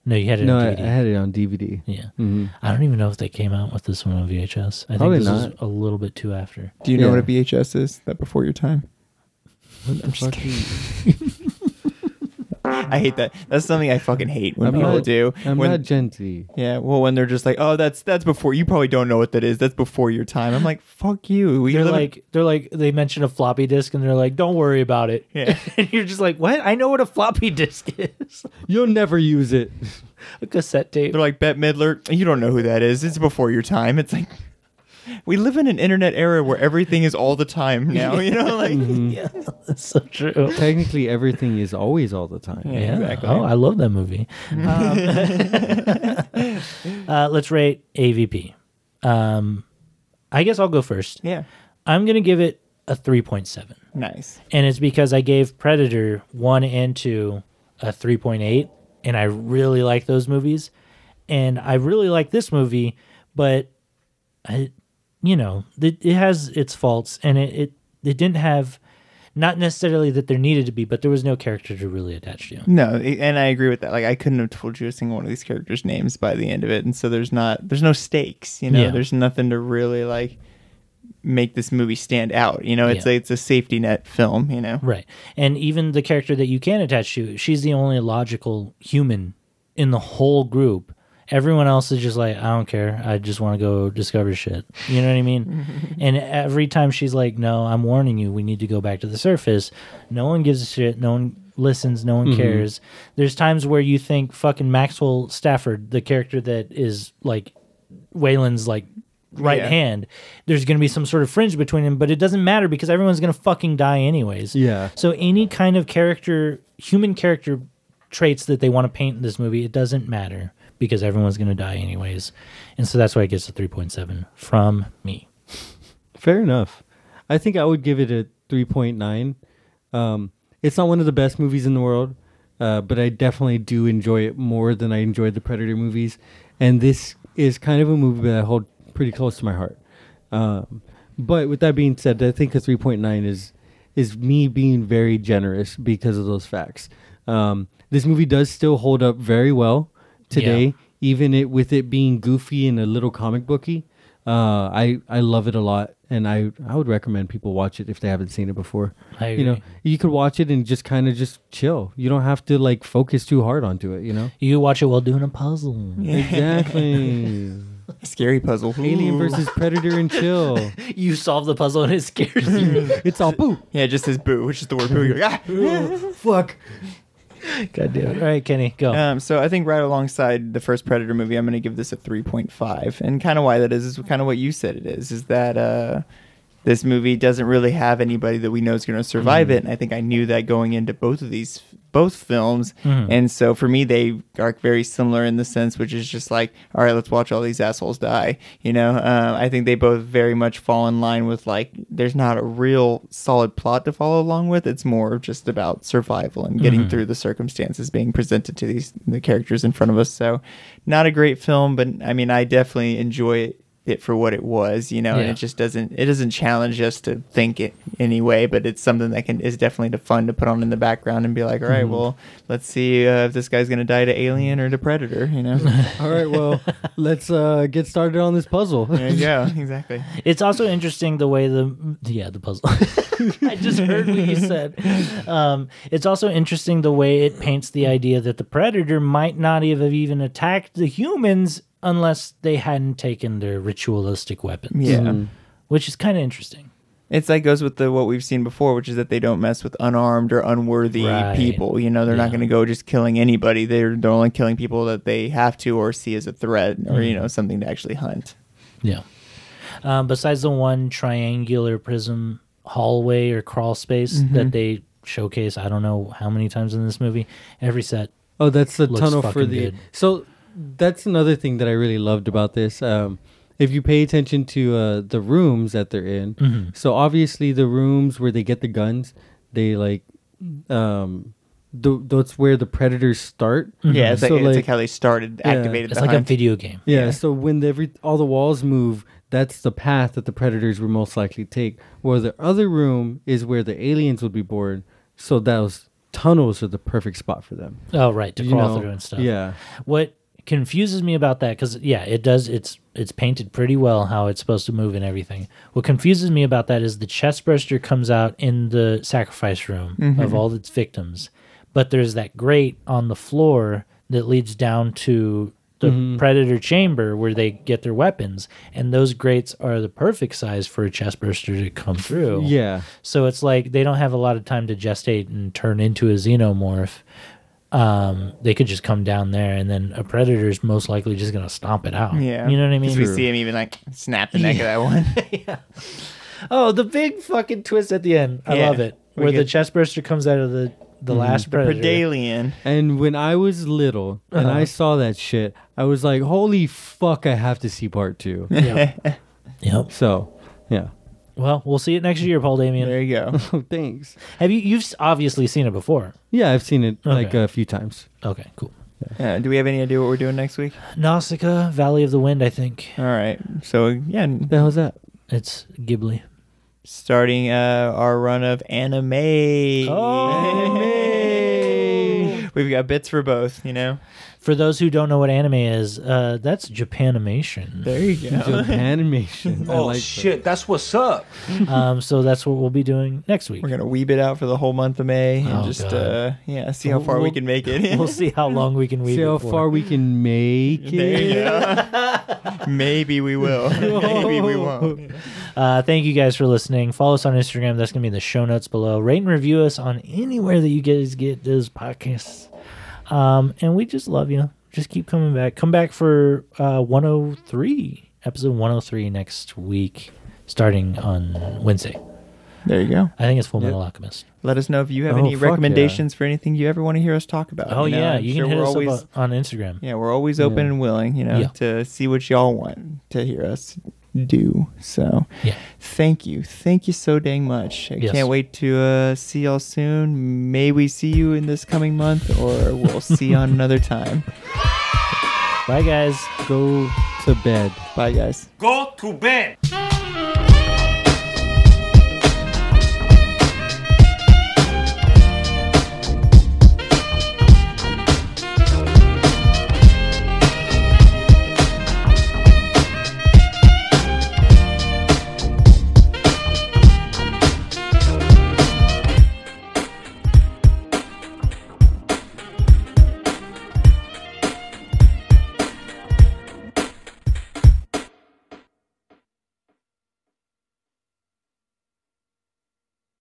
[SPEAKER 1] No, you had it
[SPEAKER 3] No, I,
[SPEAKER 1] on
[SPEAKER 3] I
[SPEAKER 1] DVD.
[SPEAKER 3] had it on DVD.
[SPEAKER 1] yeah, I don't even know if they came out with this one on VHS. I
[SPEAKER 3] Probably
[SPEAKER 1] think this is
[SPEAKER 3] not.
[SPEAKER 1] a little bit too after.
[SPEAKER 2] Do you
[SPEAKER 3] Yeah.
[SPEAKER 2] know what a VHS is? That before your time? I hate that. That's something I fucking hate when
[SPEAKER 3] I'm
[SPEAKER 2] people
[SPEAKER 3] not,
[SPEAKER 2] do.
[SPEAKER 3] I'm
[SPEAKER 2] when,
[SPEAKER 3] not Gen Z.
[SPEAKER 2] yeah, well, when they're just like, "Oh, that's that's before you probably don't know what that is. That's before your time." I'm like, "Fuck you." We
[SPEAKER 1] They're
[SPEAKER 2] live in-
[SPEAKER 1] like, they're like, they mention a floppy disk, and they're like, "Don't worry about it."
[SPEAKER 2] Yeah.
[SPEAKER 1] and you're just like, "What? I know what a floppy disk is.
[SPEAKER 3] You'll never use it.
[SPEAKER 1] a cassette tape."
[SPEAKER 2] They're like Bette Midler. You don't know who that is. It's before your time. It's like we live in an internet era where everything is all the time now. You know, like
[SPEAKER 1] yeah, that's so true.
[SPEAKER 3] Technically, everything is always all the time.
[SPEAKER 1] Yeah.
[SPEAKER 2] exactly.
[SPEAKER 1] Oh, I love that movie. Um, uh, let's rate AVP. Um, I guess I'll go first.
[SPEAKER 2] yeah,
[SPEAKER 1] I'm going to give it a 3.7.
[SPEAKER 2] nice.
[SPEAKER 1] And it's because I gave Predator 1 and 2 a 3.8. And I really like those movies. And I really like this movie, but I, you know, it, it has its faults. And it, it, it didn't have, not necessarily that there needed to be, but there was no character to really attach to.
[SPEAKER 2] No, i- and I agree with that. Like I couldn't have told you a single one of these characters' names by the end of it, and so there's not there's no stakes. You know,
[SPEAKER 1] Yeah.
[SPEAKER 2] there's nothing to really like make this movie stand out. You know, it's
[SPEAKER 1] Yeah.
[SPEAKER 2] a, it's a safety net film. You know,
[SPEAKER 1] Right. And even the character that you can attach to, she's the only logical human in the whole group. Everyone else is just like, I don't care. I just want to go discover shit. You know what I mean? and every time she's like, No, I'm warning you. We need to go back to the surface. No one gives a shit. No one listens. No one cares. There's times where you think fucking Maxwell Stafford, the character that is like Waylon's like right
[SPEAKER 2] Yeah.
[SPEAKER 1] hand, there's going to be some sort of fringe between them, but it doesn't matter because everyone's going to fucking die anyways.
[SPEAKER 3] Yeah.
[SPEAKER 1] So any kind of character, human character traits that they want to paint in this movie, it doesn't matter because everyone's going to die anyways. And so that's why it gets a 3.7 from me.
[SPEAKER 3] Fair enough. I think I would give it a 3.9. Um, it's not one of the best movies in the world, uh, but I definitely do enjoy it more than I enjoyed the Predator movies. And this is kind of a movie that I hold pretty close to my heart. Um, but with that being said, I think a 3.9 is is me being very generous because of those facts. Um, this movie does still hold up very well today, even it with it being goofy and a little comic booky. Uh, I I love it a lot, and I I would recommend people watch it if they haven't seen it before.
[SPEAKER 1] I
[SPEAKER 3] You know,
[SPEAKER 1] agree.
[SPEAKER 3] you could watch it and just kind of just chill. You don't have to like focus too hard onto it. You know,
[SPEAKER 1] You watch it while doing a puzzle.
[SPEAKER 3] exactly.
[SPEAKER 2] Scary puzzle.
[SPEAKER 3] Alien
[SPEAKER 2] Ooh.
[SPEAKER 3] versus Predator and chill.
[SPEAKER 1] You solve the puzzle and it scares you.
[SPEAKER 3] It's all boo.
[SPEAKER 2] Yeah, just his boo, which is the word boo. You're like, ah!
[SPEAKER 3] Fuck.
[SPEAKER 1] God damn it. All right, Kenny, go.
[SPEAKER 2] Um, so I think right alongside the first Predator movie, I'm going to give this a 3.5. And kind of why that is is kind of what you said it is, is that uh, this movie doesn't really have anybody that we know is going to survive
[SPEAKER 1] Mm-hmm.
[SPEAKER 2] it. And I think I knew that going into both of these both films.
[SPEAKER 1] Mm-hmm.
[SPEAKER 2] And so for me, they are very similar in the sense, which is just like, all right, let's watch all these assholes die. You know, uh, I think they both very much fall in line with like, there's not a real solid plot to follow along with. It's more just about survival and getting through the circumstances being presented to these the characters in front of us. So, not a great film, but I mean, I definitely enjoy it it for what it was, you know, and
[SPEAKER 1] Yeah.
[SPEAKER 2] it just doesn't it doesn't challenge us to think it anyway, but it's something that can is definitely fun to put on in the background and be like, all right, well, let's see uh, if this guy's gonna die to alien or to predator, you know?
[SPEAKER 3] All right, well, let's uh, get started on this puzzle.
[SPEAKER 2] there you go, exactly.
[SPEAKER 1] It's also interesting the way the yeah the puzzle. I just heard what you said. Um, it's also interesting the way it paints the idea that the predator might not have even attacked the humans unless they hadn't taken their ritualistic weapons.
[SPEAKER 2] Yeah.
[SPEAKER 1] which is kind of interesting.
[SPEAKER 2] It's like goes with the what we've seen before, which is that they don't mess with unarmed or unworthy
[SPEAKER 1] Right.
[SPEAKER 2] people. You know, they're not
[SPEAKER 1] Yeah.
[SPEAKER 2] going to go just killing anybody. They're they're only killing people that they have to or see as a threat or you
[SPEAKER 1] Mm-hmm.
[SPEAKER 2] know something to actually hunt.
[SPEAKER 1] Yeah. Um, besides the one triangular prism hallway or crawl space
[SPEAKER 3] Mm-hmm.
[SPEAKER 1] that they showcase, I don't know how many times in this movie. Every set.
[SPEAKER 3] Oh, that's the
[SPEAKER 1] Looks
[SPEAKER 3] tunnel for
[SPEAKER 1] fucking
[SPEAKER 3] the.
[SPEAKER 1] good.
[SPEAKER 3] So that's another thing that I really loved about this. Um, if you pay attention to uh, the rooms that they're in,
[SPEAKER 1] Mm-hmm.
[SPEAKER 3] so obviously the rooms where they get the guns, they like, um, th- that's where the predators start.
[SPEAKER 1] Mm-hmm.
[SPEAKER 2] Yeah, it's like,
[SPEAKER 3] So,
[SPEAKER 2] it's like
[SPEAKER 3] like-
[SPEAKER 2] how they started,
[SPEAKER 3] Yeah.
[SPEAKER 2] activated
[SPEAKER 1] It's
[SPEAKER 2] the
[SPEAKER 1] like a
[SPEAKER 2] hunt.
[SPEAKER 1] video game.
[SPEAKER 3] Yeah, so when the, every all the walls move, that's the path that the predators would most likely take. Where the other room is where the aliens would be born. So those tunnels are the perfect spot for them.
[SPEAKER 1] Oh, right, to
[SPEAKER 3] You
[SPEAKER 1] crawl
[SPEAKER 3] know,
[SPEAKER 1] through and stuff.
[SPEAKER 3] Yeah.
[SPEAKER 1] What confuses me about that because yeah, it does. It's it's painted pretty well how it's supposed to move and everything. What confuses me about that is the chest burster comes out in the sacrifice room of all its victims, but there's that grate on the floor that leads down to the predator chamber where they get their weapons, and those grates are the perfect size for a chest burster to come through.
[SPEAKER 3] Yeah.
[SPEAKER 1] So it's like they don't have a lot of time to gestate and turn into a xenomorph. Um, they could just come down there, and then a predator's most likely just gonna stomp it out.
[SPEAKER 2] Yeah,
[SPEAKER 1] you know what I mean.
[SPEAKER 2] Because we see him even like snap the neck of that one.
[SPEAKER 1] Oh, the big fucking twist at the end. I
[SPEAKER 2] Yeah.
[SPEAKER 1] love it.
[SPEAKER 2] We
[SPEAKER 1] Where the
[SPEAKER 2] get- Mm-hmm.
[SPEAKER 1] chest burster comes out of the the last predator.
[SPEAKER 2] Predalien.
[SPEAKER 3] And when I was little and
[SPEAKER 2] Uh-huh.
[SPEAKER 3] I saw that shit, I was like, "Holy fuck! I have to see part two.
[SPEAKER 1] Yep.
[SPEAKER 3] so, yeah.
[SPEAKER 1] Well, we'll see it next year, Paul Damien.
[SPEAKER 2] There you go.
[SPEAKER 3] Oh, thanks.
[SPEAKER 1] Have you? You've s- obviously seen it before.
[SPEAKER 3] Yeah, I've seen it like
[SPEAKER 1] Okay.
[SPEAKER 3] a few times.
[SPEAKER 1] Okay, cool.
[SPEAKER 2] Uh, do we have any idea what we're doing next week?
[SPEAKER 1] Nausicaa, Valley of the Wind. I think
[SPEAKER 2] All right. So yeah,
[SPEAKER 3] The hell's that?
[SPEAKER 1] it's Ghibli.
[SPEAKER 2] starting uh, our run of anime.
[SPEAKER 1] Oh.
[SPEAKER 2] We've got bits for both. You know.
[SPEAKER 1] For those who don't know what anime is, uh, that's Japanimation.
[SPEAKER 2] There you go. Oh,
[SPEAKER 3] Animation.
[SPEAKER 4] Oh,
[SPEAKER 3] I like that.
[SPEAKER 9] that's what's up.
[SPEAKER 1] Um, so that's what we'll be doing next week.
[SPEAKER 2] We're gonna weeb it out for the whole month of May and
[SPEAKER 1] Oh,
[SPEAKER 2] just
[SPEAKER 1] God.
[SPEAKER 2] uh, yeah, see how far we
[SPEAKER 3] We'll-
[SPEAKER 2] can make it.
[SPEAKER 1] We'll see how long we can weave
[SPEAKER 3] See
[SPEAKER 1] it
[SPEAKER 3] how
[SPEAKER 1] for.
[SPEAKER 3] far we can make
[SPEAKER 2] There
[SPEAKER 3] it.
[SPEAKER 2] you go. Maybe we will. Maybe we won't.
[SPEAKER 1] Uh, thank you guys for listening. Follow us on Instagram. That's going to be in the show notes below. Rate and review us on anywhere that you guys get those podcasts. Um, and we just love you. Just keep coming back. Come back for uh, 103, episode 103 next week, starting on Wednesday.
[SPEAKER 2] There you go.
[SPEAKER 1] I think it's Full Metal Alchemist.
[SPEAKER 2] Let us know if you have
[SPEAKER 3] Oh,
[SPEAKER 2] any
[SPEAKER 3] fuck yeah.
[SPEAKER 2] recommendations for anything you ever want to hear us talk about.
[SPEAKER 1] Oh,
[SPEAKER 2] you know?
[SPEAKER 1] yeah.
[SPEAKER 2] I'm
[SPEAKER 1] You
[SPEAKER 2] sure
[SPEAKER 1] can hit
[SPEAKER 2] we're
[SPEAKER 1] us
[SPEAKER 2] always
[SPEAKER 1] up on on Instagram.
[SPEAKER 2] Yeah, we're always open and willing, you know,
[SPEAKER 1] Yeah.
[SPEAKER 2] to see what y'all want to hear us do. So,
[SPEAKER 1] Yeah.
[SPEAKER 2] thank you. Thank you so dang much. I
[SPEAKER 1] Yes.
[SPEAKER 2] can't wait to uh, see y'all soon. May we see you in this coming month or we'll see you on another time.
[SPEAKER 1] Bye, guys.
[SPEAKER 3] Go to bed.
[SPEAKER 2] Bye, guys.
[SPEAKER 5] Go to bed.